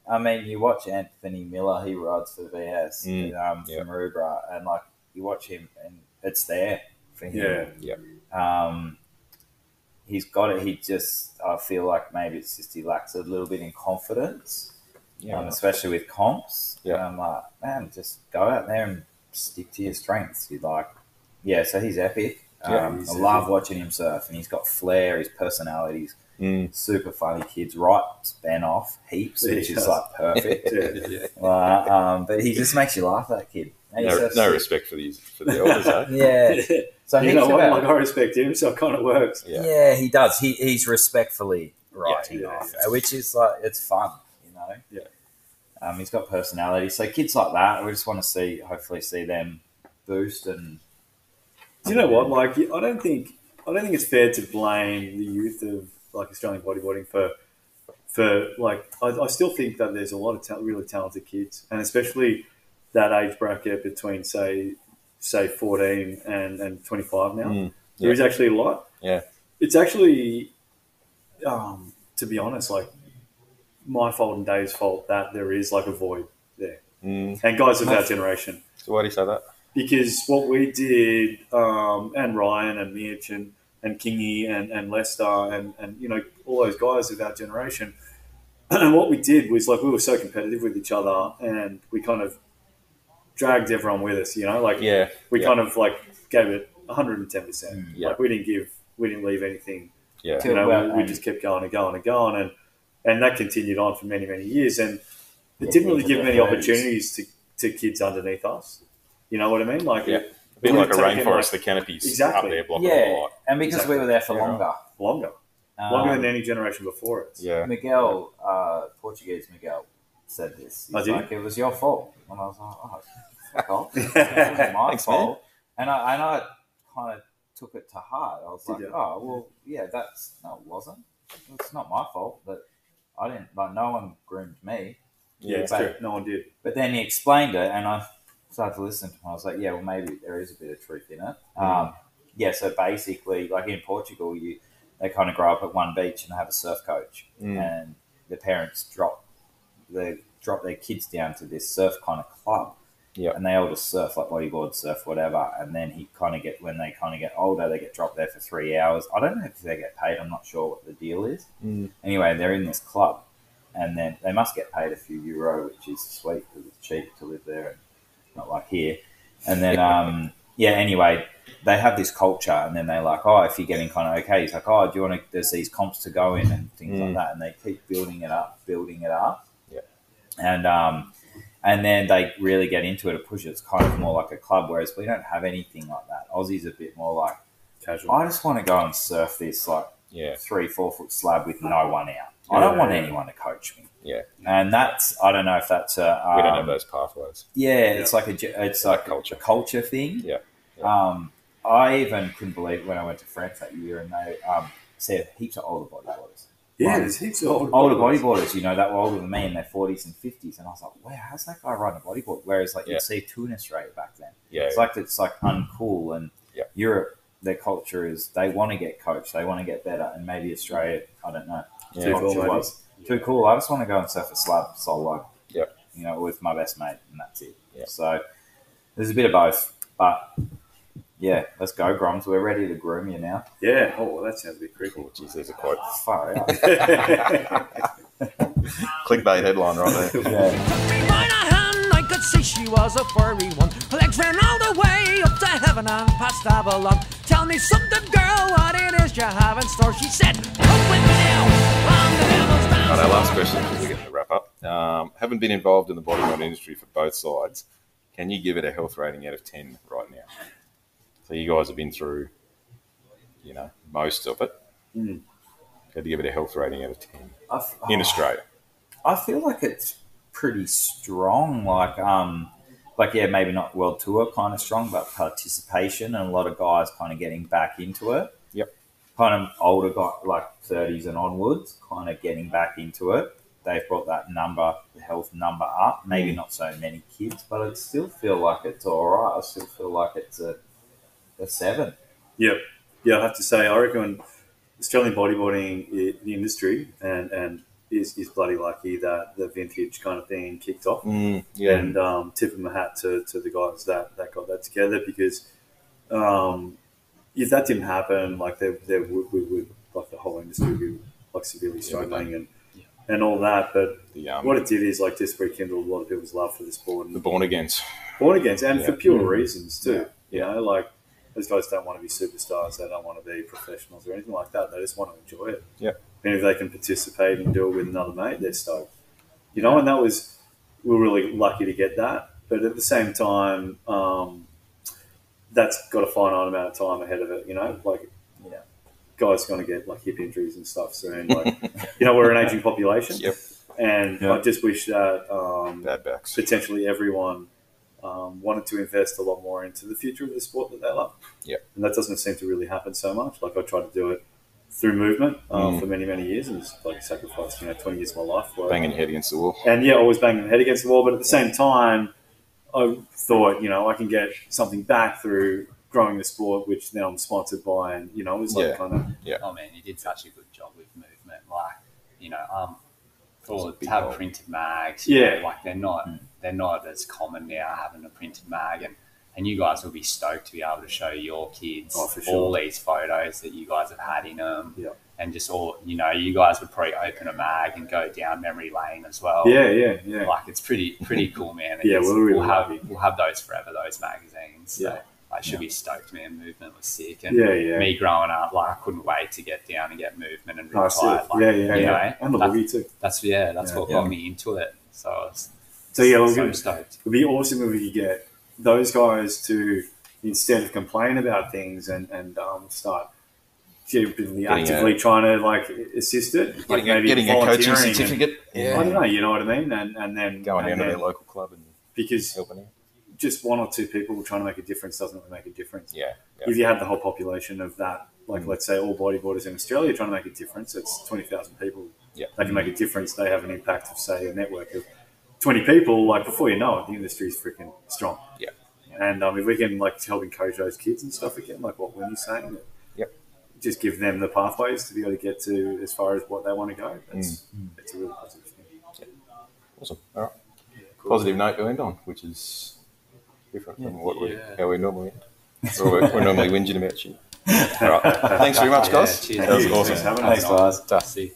Speaker 5: I mean, you watch Anthony Miller. He rides for VS
Speaker 3: Mm,
Speaker 5: um,
Speaker 3: yeah.
Speaker 5: from Rubra, and like you watch him, and it's there for him.
Speaker 4: Yeah.
Speaker 5: Um, he's got it. He just, I feel like maybe it's just he lacks a little bit in confidence, um, especially with comps.
Speaker 3: Yeah.
Speaker 5: And I'm like, man, just go out there and stick to your strengths. You like, yeah. So he's epic.
Speaker 3: Yeah,
Speaker 5: Um,
Speaker 4: he's-
Speaker 5: I love watching him surf, and he's got flair. His personality's
Speaker 3: Mm.
Speaker 5: super funny. Kids right span off heaps,
Speaker 4: Yeah, he
Speaker 5: which is
Speaker 4: does.
Speaker 5: like perfect.
Speaker 4: Yeah.
Speaker 5: uh, um, but he just makes you laugh. That kid. And he
Speaker 3: No,
Speaker 5: surfs-
Speaker 3: no respect for these for the elders, eh?
Speaker 5: Yeah. So
Speaker 4: you
Speaker 5: he's
Speaker 4: know what?
Speaker 5: about,
Speaker 4: Like, I respect him, so it kind of works.
Speaker 5: yeah.
Speaker 3: Yeah.
Speaker 5: he does. He he's respectfully writing
Speaker 4: yeah,
Speaker 5: off,
Speaker 4: yeah.
Speaker 5: which is like it's fun, you know.
Speaker 4: Yeah.
Speaker 5: Um, he's got personality. So kids like that, we just want to see, hopefully, see them boost and
Speaker 4: Do you know what? Like, I don't think I don't think it's fair to blame the youth of like Australian bodyboarding for for like. I, I still think that there's a lot of ta- really talented kids, and especially that age bracket between say say 14 and and 25 now.
Speaker 3: Mm,
Speaker 4: There is actually a lot.
Speaker 3: Yeah.
Speaker 4: it's actually, um, to be honest, like my fault and Dave's fault that there is like a void there,
Speaker 3: Mm.
Speaker 4: and guys of our generation
Speaker 3: So why do you say that?
Speaker 4: because what we did, um, and Ryan and Mitch and, and Kingy and, and Lester and, and, you know, all those guys of our generation, and what we did was like we were so competitive with each other and we kind of dragged everyone with us, you know, like
Speaker 3: Yeah,
Speaker 4: we
Speaker 3: yeah. Mm,
Speaker 4: kind of like gave it 110%.
Speaker 3: yeah.
Speaker 4: Like we didn't give, we didn't leave anything
Speaker 3: Yeah,
Speaker 5: To-
Speaker 4: you know,
Speaker 5: Well,
Speaker 4: we, we
Speaker 5: um,
Speaker 4: just kept going and going and going, and and that continued on for many many years, and it didn't really
Speaker 5: into
Speaker 4: give
Speaker 5: the
Speaker 4: many
Speaker 5: 30s.
Speaker 4: opportunities to, to kids underneath us. You know what I mean? Like
Speaker 3: yeah.
Speaker 4: it-
Speaker 3: A bit
Speaker 4: we
Speaker 3: like a
Speaker 4: would've taken,
Speaker 3: rainforest, the
Speaker 4: like,
Speaker 3: canopies up
Speaker 4: Exactly.
Speaker 3: there blocking the
Speaker 5: yeah,
Speaker 3: light.
Speaker 5: and because
Speaker 4: Exactly.
Speaker 5: we were there for
Speaker 3: Yeah.
Speaker 5: longer,
Speaker 4: longer,
Speaker 5: um,
Speaker 4: longer than any generation before us.
Speaker 3: Yeah.
Speaker 5: Miguel, uh, Portuguese Miguel, said this. He's
Speaker 4: Oh, did he?
Speaker 5: like, it was your fault, and I was like, oh, fuck off, it was my
Speaker 4: Thanks,
Speaker 5: fault, and I and I kind of took it to heart. I was
Speaker 4: Did
Speaker 5: like,
Speaker 4: you?
Speaker 5: oh well, yeah, that's no, it wasn't. It's not my fault that I didn't like. No one groomed me.
Speaker 4: yeah, it's
Speaker 5: but-
Speaker 4: true. No one did.
Speaker 5: But then he explained it, and I started to listen to him. I was like, yeah, well, maybe there is a bit of truth in it.
Speaker 4: Mm-hmm.
Speaker 5: Um, yeah, so basically, like in Portugal, you they kind of grow up at one beach and have a surf coach,
Speaker 3: Mm.
Speaker 5: and the parents drop they drop their kids down to this surf kind of club.
Speaker 3: Yeah.
Speaker 5: And they all just surf, like bodyboard surf, whatever. And then he kind of get when they kind of get older, they get dropped there for three hours. I don't know if they get paid. I'm not sure what the deal is.
Speaker 3: Mm.
Speaker 5: Anyway, they're in this club, and then they must get paid a few euro, which is sweet because it's cheap to live there, and not like here. And then, um, yeah. Anyway, they have this culture, and then they're like, oh, if you're getting kind of okay, he's like, oh, do you want to? There's these comps to go in and things like
Speaker 3: Mm.
Speaker 5: that, and they keep building it up, building it up,
Speaker 3: Yeah.
Speaker 5: and um, and then they really get into it. It pushes. It's kind of more like a club, whereas we don't have anything like that. Aussies are a bit more like,
Speaker 4: Casual.
Speaker 5: I just want to go and surf this like
Speaker 3: Yeah.
Speaker 5: three, four foot slab with no one out. I don't
Speaker 4: Yeah.
Speaker 5: want anyone to coach me.
Speaker 3: Yeah.
Speaker 5: and that's I don't know if that's a um,
Speaker 3: We don't have those pathways.
Speaker 5: yeah, it's like a ge- it's
Speaker 3: Like
Speaker 5: like
Speaker 3: culture.
Speaker 5: a culture thing.
Speaker 3: Yeah.
Speaker 5: Um, I even couldn't believe when I went to France that year and they um, said heaps of older bodyboarders,
Speaker 4: Yeah, there's heaps of old
Speaker 5: older
Speaker 4: bodyboards.
Speaker 5: bodyboarders, you know, that were older than me in their forties and fifties, and I was like, wow, how's that guy riding a bodyboard? Whereas like
Speaker 3: Yeah.
Speaker 5: you'd see two in Australia back then.
Speaker 3: Yeah.
Speaker 5: It's like it's like uncool, and
Speaker 3: Yeah.
Speaker 5: Europe, their culture is they want to get coached, they want to get better, and maybe Australia, I don't know,
Speaker 3: Yeah.
Speaker 5: too cool
Speaker 4: Culture
Speaker 5: was too cool. I just want to go and surf a slab solo,
Speaker 3: Yeah.
Speaker 5: you know, with my best mate, and that's it.
Speaker 3: Yeah.
Speaker 5: So there's a bit of both, but yeah, let's go, Groms. We're ready to groom you now.
Speaker 4: Yeah. Oh, that sounds a bit creepy.
Speaker 3: Oh, geez, there's a quote.
Speaker 5: Far out.
Speaker 3: Clickbait headline right there.
Speaker 5: yeah.
Speaker 6: me by the hand, I could see she was a furry one. Her legs ran all the way up to heaven and past Avalon. Tell me something, girl, what it is you have in store. She said, Come with me now, on the devil's
Speaker 3: All
Speaker 6: dance
Speaker 3: right, our last question because we're getting to wrap up. Um, having been involved in the bodybuilding industry for both sides, can you give it a health rating out of 10 right now? So you guys have been through, you know, most of it.
Speaker 4: Mm.
Speaker 3: Had to give it a health rating out of 10
Speaker 5: I f- oh,
Speaker 3: in Australia.
Speaker 5: I feel like it's pretty strong. Like, um, like yeah, maybe not world tour kind of strong, but participation and a lot of guys kind of getting back into it.
Speaker 3: Yep.
Speaker 5: Kind of older guy, like thirties and onwards, kind of getting back into it. They've brought that number, the health number up. Maybe not so many kids, but I still feel like it's all right. I still feel like it's a, a seven.
Speaker 4: Yeah, yeah. I have to say, I reckon Australian bodyboarding, i the industry, and and is, is bloody lucky that the vintage kind of thing kicked off.
Speaker 3: Mm, yeah.
Speaker 4: and um, tipping my hat to, to the guys that, that got that together because um, if that didn't happen, like there, there would, we would like the whole industry would be like severely struggling and and all that. But
Speaker 3: the, um,
Speaker 4: what it did is like just rekindled a lot of people's love for the sport
Speaker 3: the
Speaker 4: and
Speaker 3: born agains.
Speaker 4: born agains, and for
Speaker 3: Yeah.
Speaker 4: pure reasons too.
Speaker 3: Yeah.
Speaker 4: You know, like Those guys don't want to be superstars. They don't want to be professionals or anything like that. They just want to enjoy it.
Speaker 3: Yeah.
Speaker 4: And if they can participate and do it with another mate, they're stoked. You know, and that was we were really lucky to get that. But at the same time, um, that's got a finite amount of time ahead of it. You know, like
Speaker 5: Yeah.
Speaker 4: guys going to get like hip injuries and stuff soon. Like, you know, we're an aging population.
Speaker 3: Yep.
Speaker 4: And
Speaker 5: Yeah.
Speaker 4: I just wish that um,
Speaker 3: Bad backs.
Speaker 4: potentially everyone um, wanted to invest a lot more into the future of the sport that they love.
Speaker 3: Yep.
Speaker 4: And that doesn't seem to really happen so much. Like I tried to do it through movement um,
Speaker 3: Mm.
Speaker 4: for many, many years and just like sacrificed, you know, 20 years of my life. for it.
Speaker 3: Banging your head against the wall.
Speaker 4: And yeah, always banging my head against the wall. But at the same time, I thought, you know, I can get something back through growing the sport, which now I'm sponsored by. And, you know, it was like
Speaker 3: Yeah.
Speaker 4: kind of,
Speaker 2: Oh man, you did such a good job with movement. Like, you know, um,
Speaker 3: was a
Speaker 2: or
Speaker 3: big
Speaker 2: to have
Speaker 3: help.
Speaker 2: printed mags. you
Speaker 4: Yeah. Mm.
Speaker 2: know, like they're not they're not as common now having a printed mag, and and you guys will be stoked to be able to show your kids
Speaker 4: Oh, for
Speaker 2: all these photos that you guys have had in them,
Speaker 4: Yeah.
Speaker 2: and just all you know, you guys would probably open a mag and go down memory lane as well.
Speaker 4: yeah, yeah, yeah.
Speaker 2: Like it's pretty pretty cool, man.
Speaker 4: Yeah,
Speaker 2: It's-
Speaker 4: we're really
Speaker 2: we'll have
Speaker 4: lucky.
Speaker 2: we'll have those forever. Those magazines. So
Speaker 4: Yeah.
Speaker 2: I should be stoked, man. Movement was sick, and
Speaker 4: Yeah, yeah.
Speaker 2: me growing up, like I couldn't wait to get down and get movement and
Speaker 4: Oh,
Speaker 2: retired.
Speaker 4: sick.
Speaker 2: Like,
Speaker 4: yeah, yeah,
Speaker 2: you
Speaker 4: yeah.
Speaker 2: Know,
Speaker 4: And the
Speaker 2: that's,
Speaker 4: boogie too.
Speaker 2: that's yeah, that's
Speaker 4: Yeah,
Speaker 2: what
Speaker 5: yeah.
Speaker 2: got me into it. So I was
Speaker 4: So yeah, we're
Speaker 2: so
Speaker 4: gonna-
Speaker 2: stoked.
Speaker 4: It'd be awesome if we could get those guys to instead of complain about things and and um, start genuinely
Speaker 3: Getting
Speaker 4: actively trying to like assist it, like
Speaker 3: Getting, a, getting a coaching
Speaker 4: volunteering and-
Speaker 3: certificate.
Speaker 4: I don't know, you know what I mean, and and then
Speaker 3: Going down
Speaker 4: and
Speaker 3: to
Speaker 4: then-
Speaker 3: their local club and
Speaker 4: because
Speaker 3: helping out.
Speaker 4: just one or two people trying to make a difference doesn't really make a difference.
Speaker 3: Yeah. Mm.
Speaker 4: If you had the whole population of that, like let's say all bodybuilders in Australia trying to make a difference, it's twenty thousand people.
Speaker 3: Yeah.
Speaker 4: they can make a difference. They have an impact of say a network of twenty people. Like before you know it, the industry's freaking strong.
Speaker 3: Yeah.
Speaker 4: and um, if we can like help encourage those kids and stuff again, like what Winnie's saying, that
Speaker 3: Yep.
Speaker 4: just give them the pathways to be able to get to as far as what they want to go. That's
Speaker 3: Mm.
Speaker 4: it's a really positive thing.
Speaker 3: Awesome. All right. Positive note to end on, which is different from what we
Speaker 2: Yeah.
Speaker 3: how we normally end. So we're, we're normally whinging about shit. All right. Thanks very much, guys.
Speaker 2: Yeah, cheers.
Speaker 3: that was
Speaker 4: Thank you.
Speaker 3: awesome.
Speaker 4: Thanks for having us.
Speaker 5: Thanks, guys.
Speaker 2: See.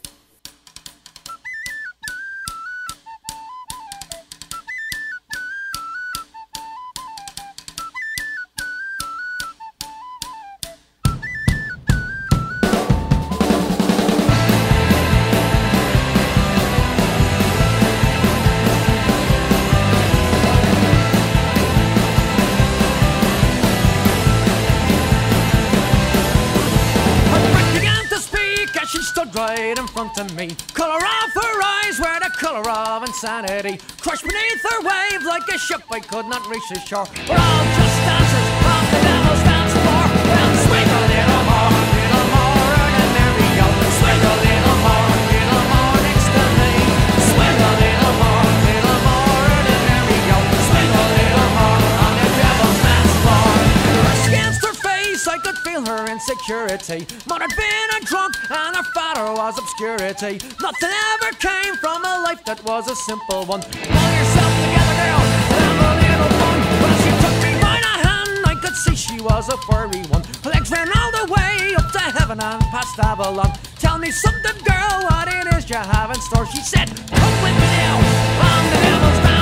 Speaker 6: I began to speak as she stood right in front of me. Color of her eyes were the color of insanity. Crushed beneath her wave like a ship I could not reach the shore. We're all just dancers on the devil's dance floor. Well, swing a little more, little more, and there we go. Swing a little more, little more next to me. Swing a little more, little more, and there we go. Swing a little more on the devil's dance floor. Pressed Against her face, I could feel her insecurity. Mom had been a drunk, and her father was obscurity. Nothing ever came from a life that was a simple one. Pull yourself together, girl, and have a little fun. Well, she took me by the hand, I could see she was a furry one. Her legs ran all the way up to heaven and past Avalon. Tell me something, girl, what it is you have in store. She said, Come with me now, I'm the devil's man.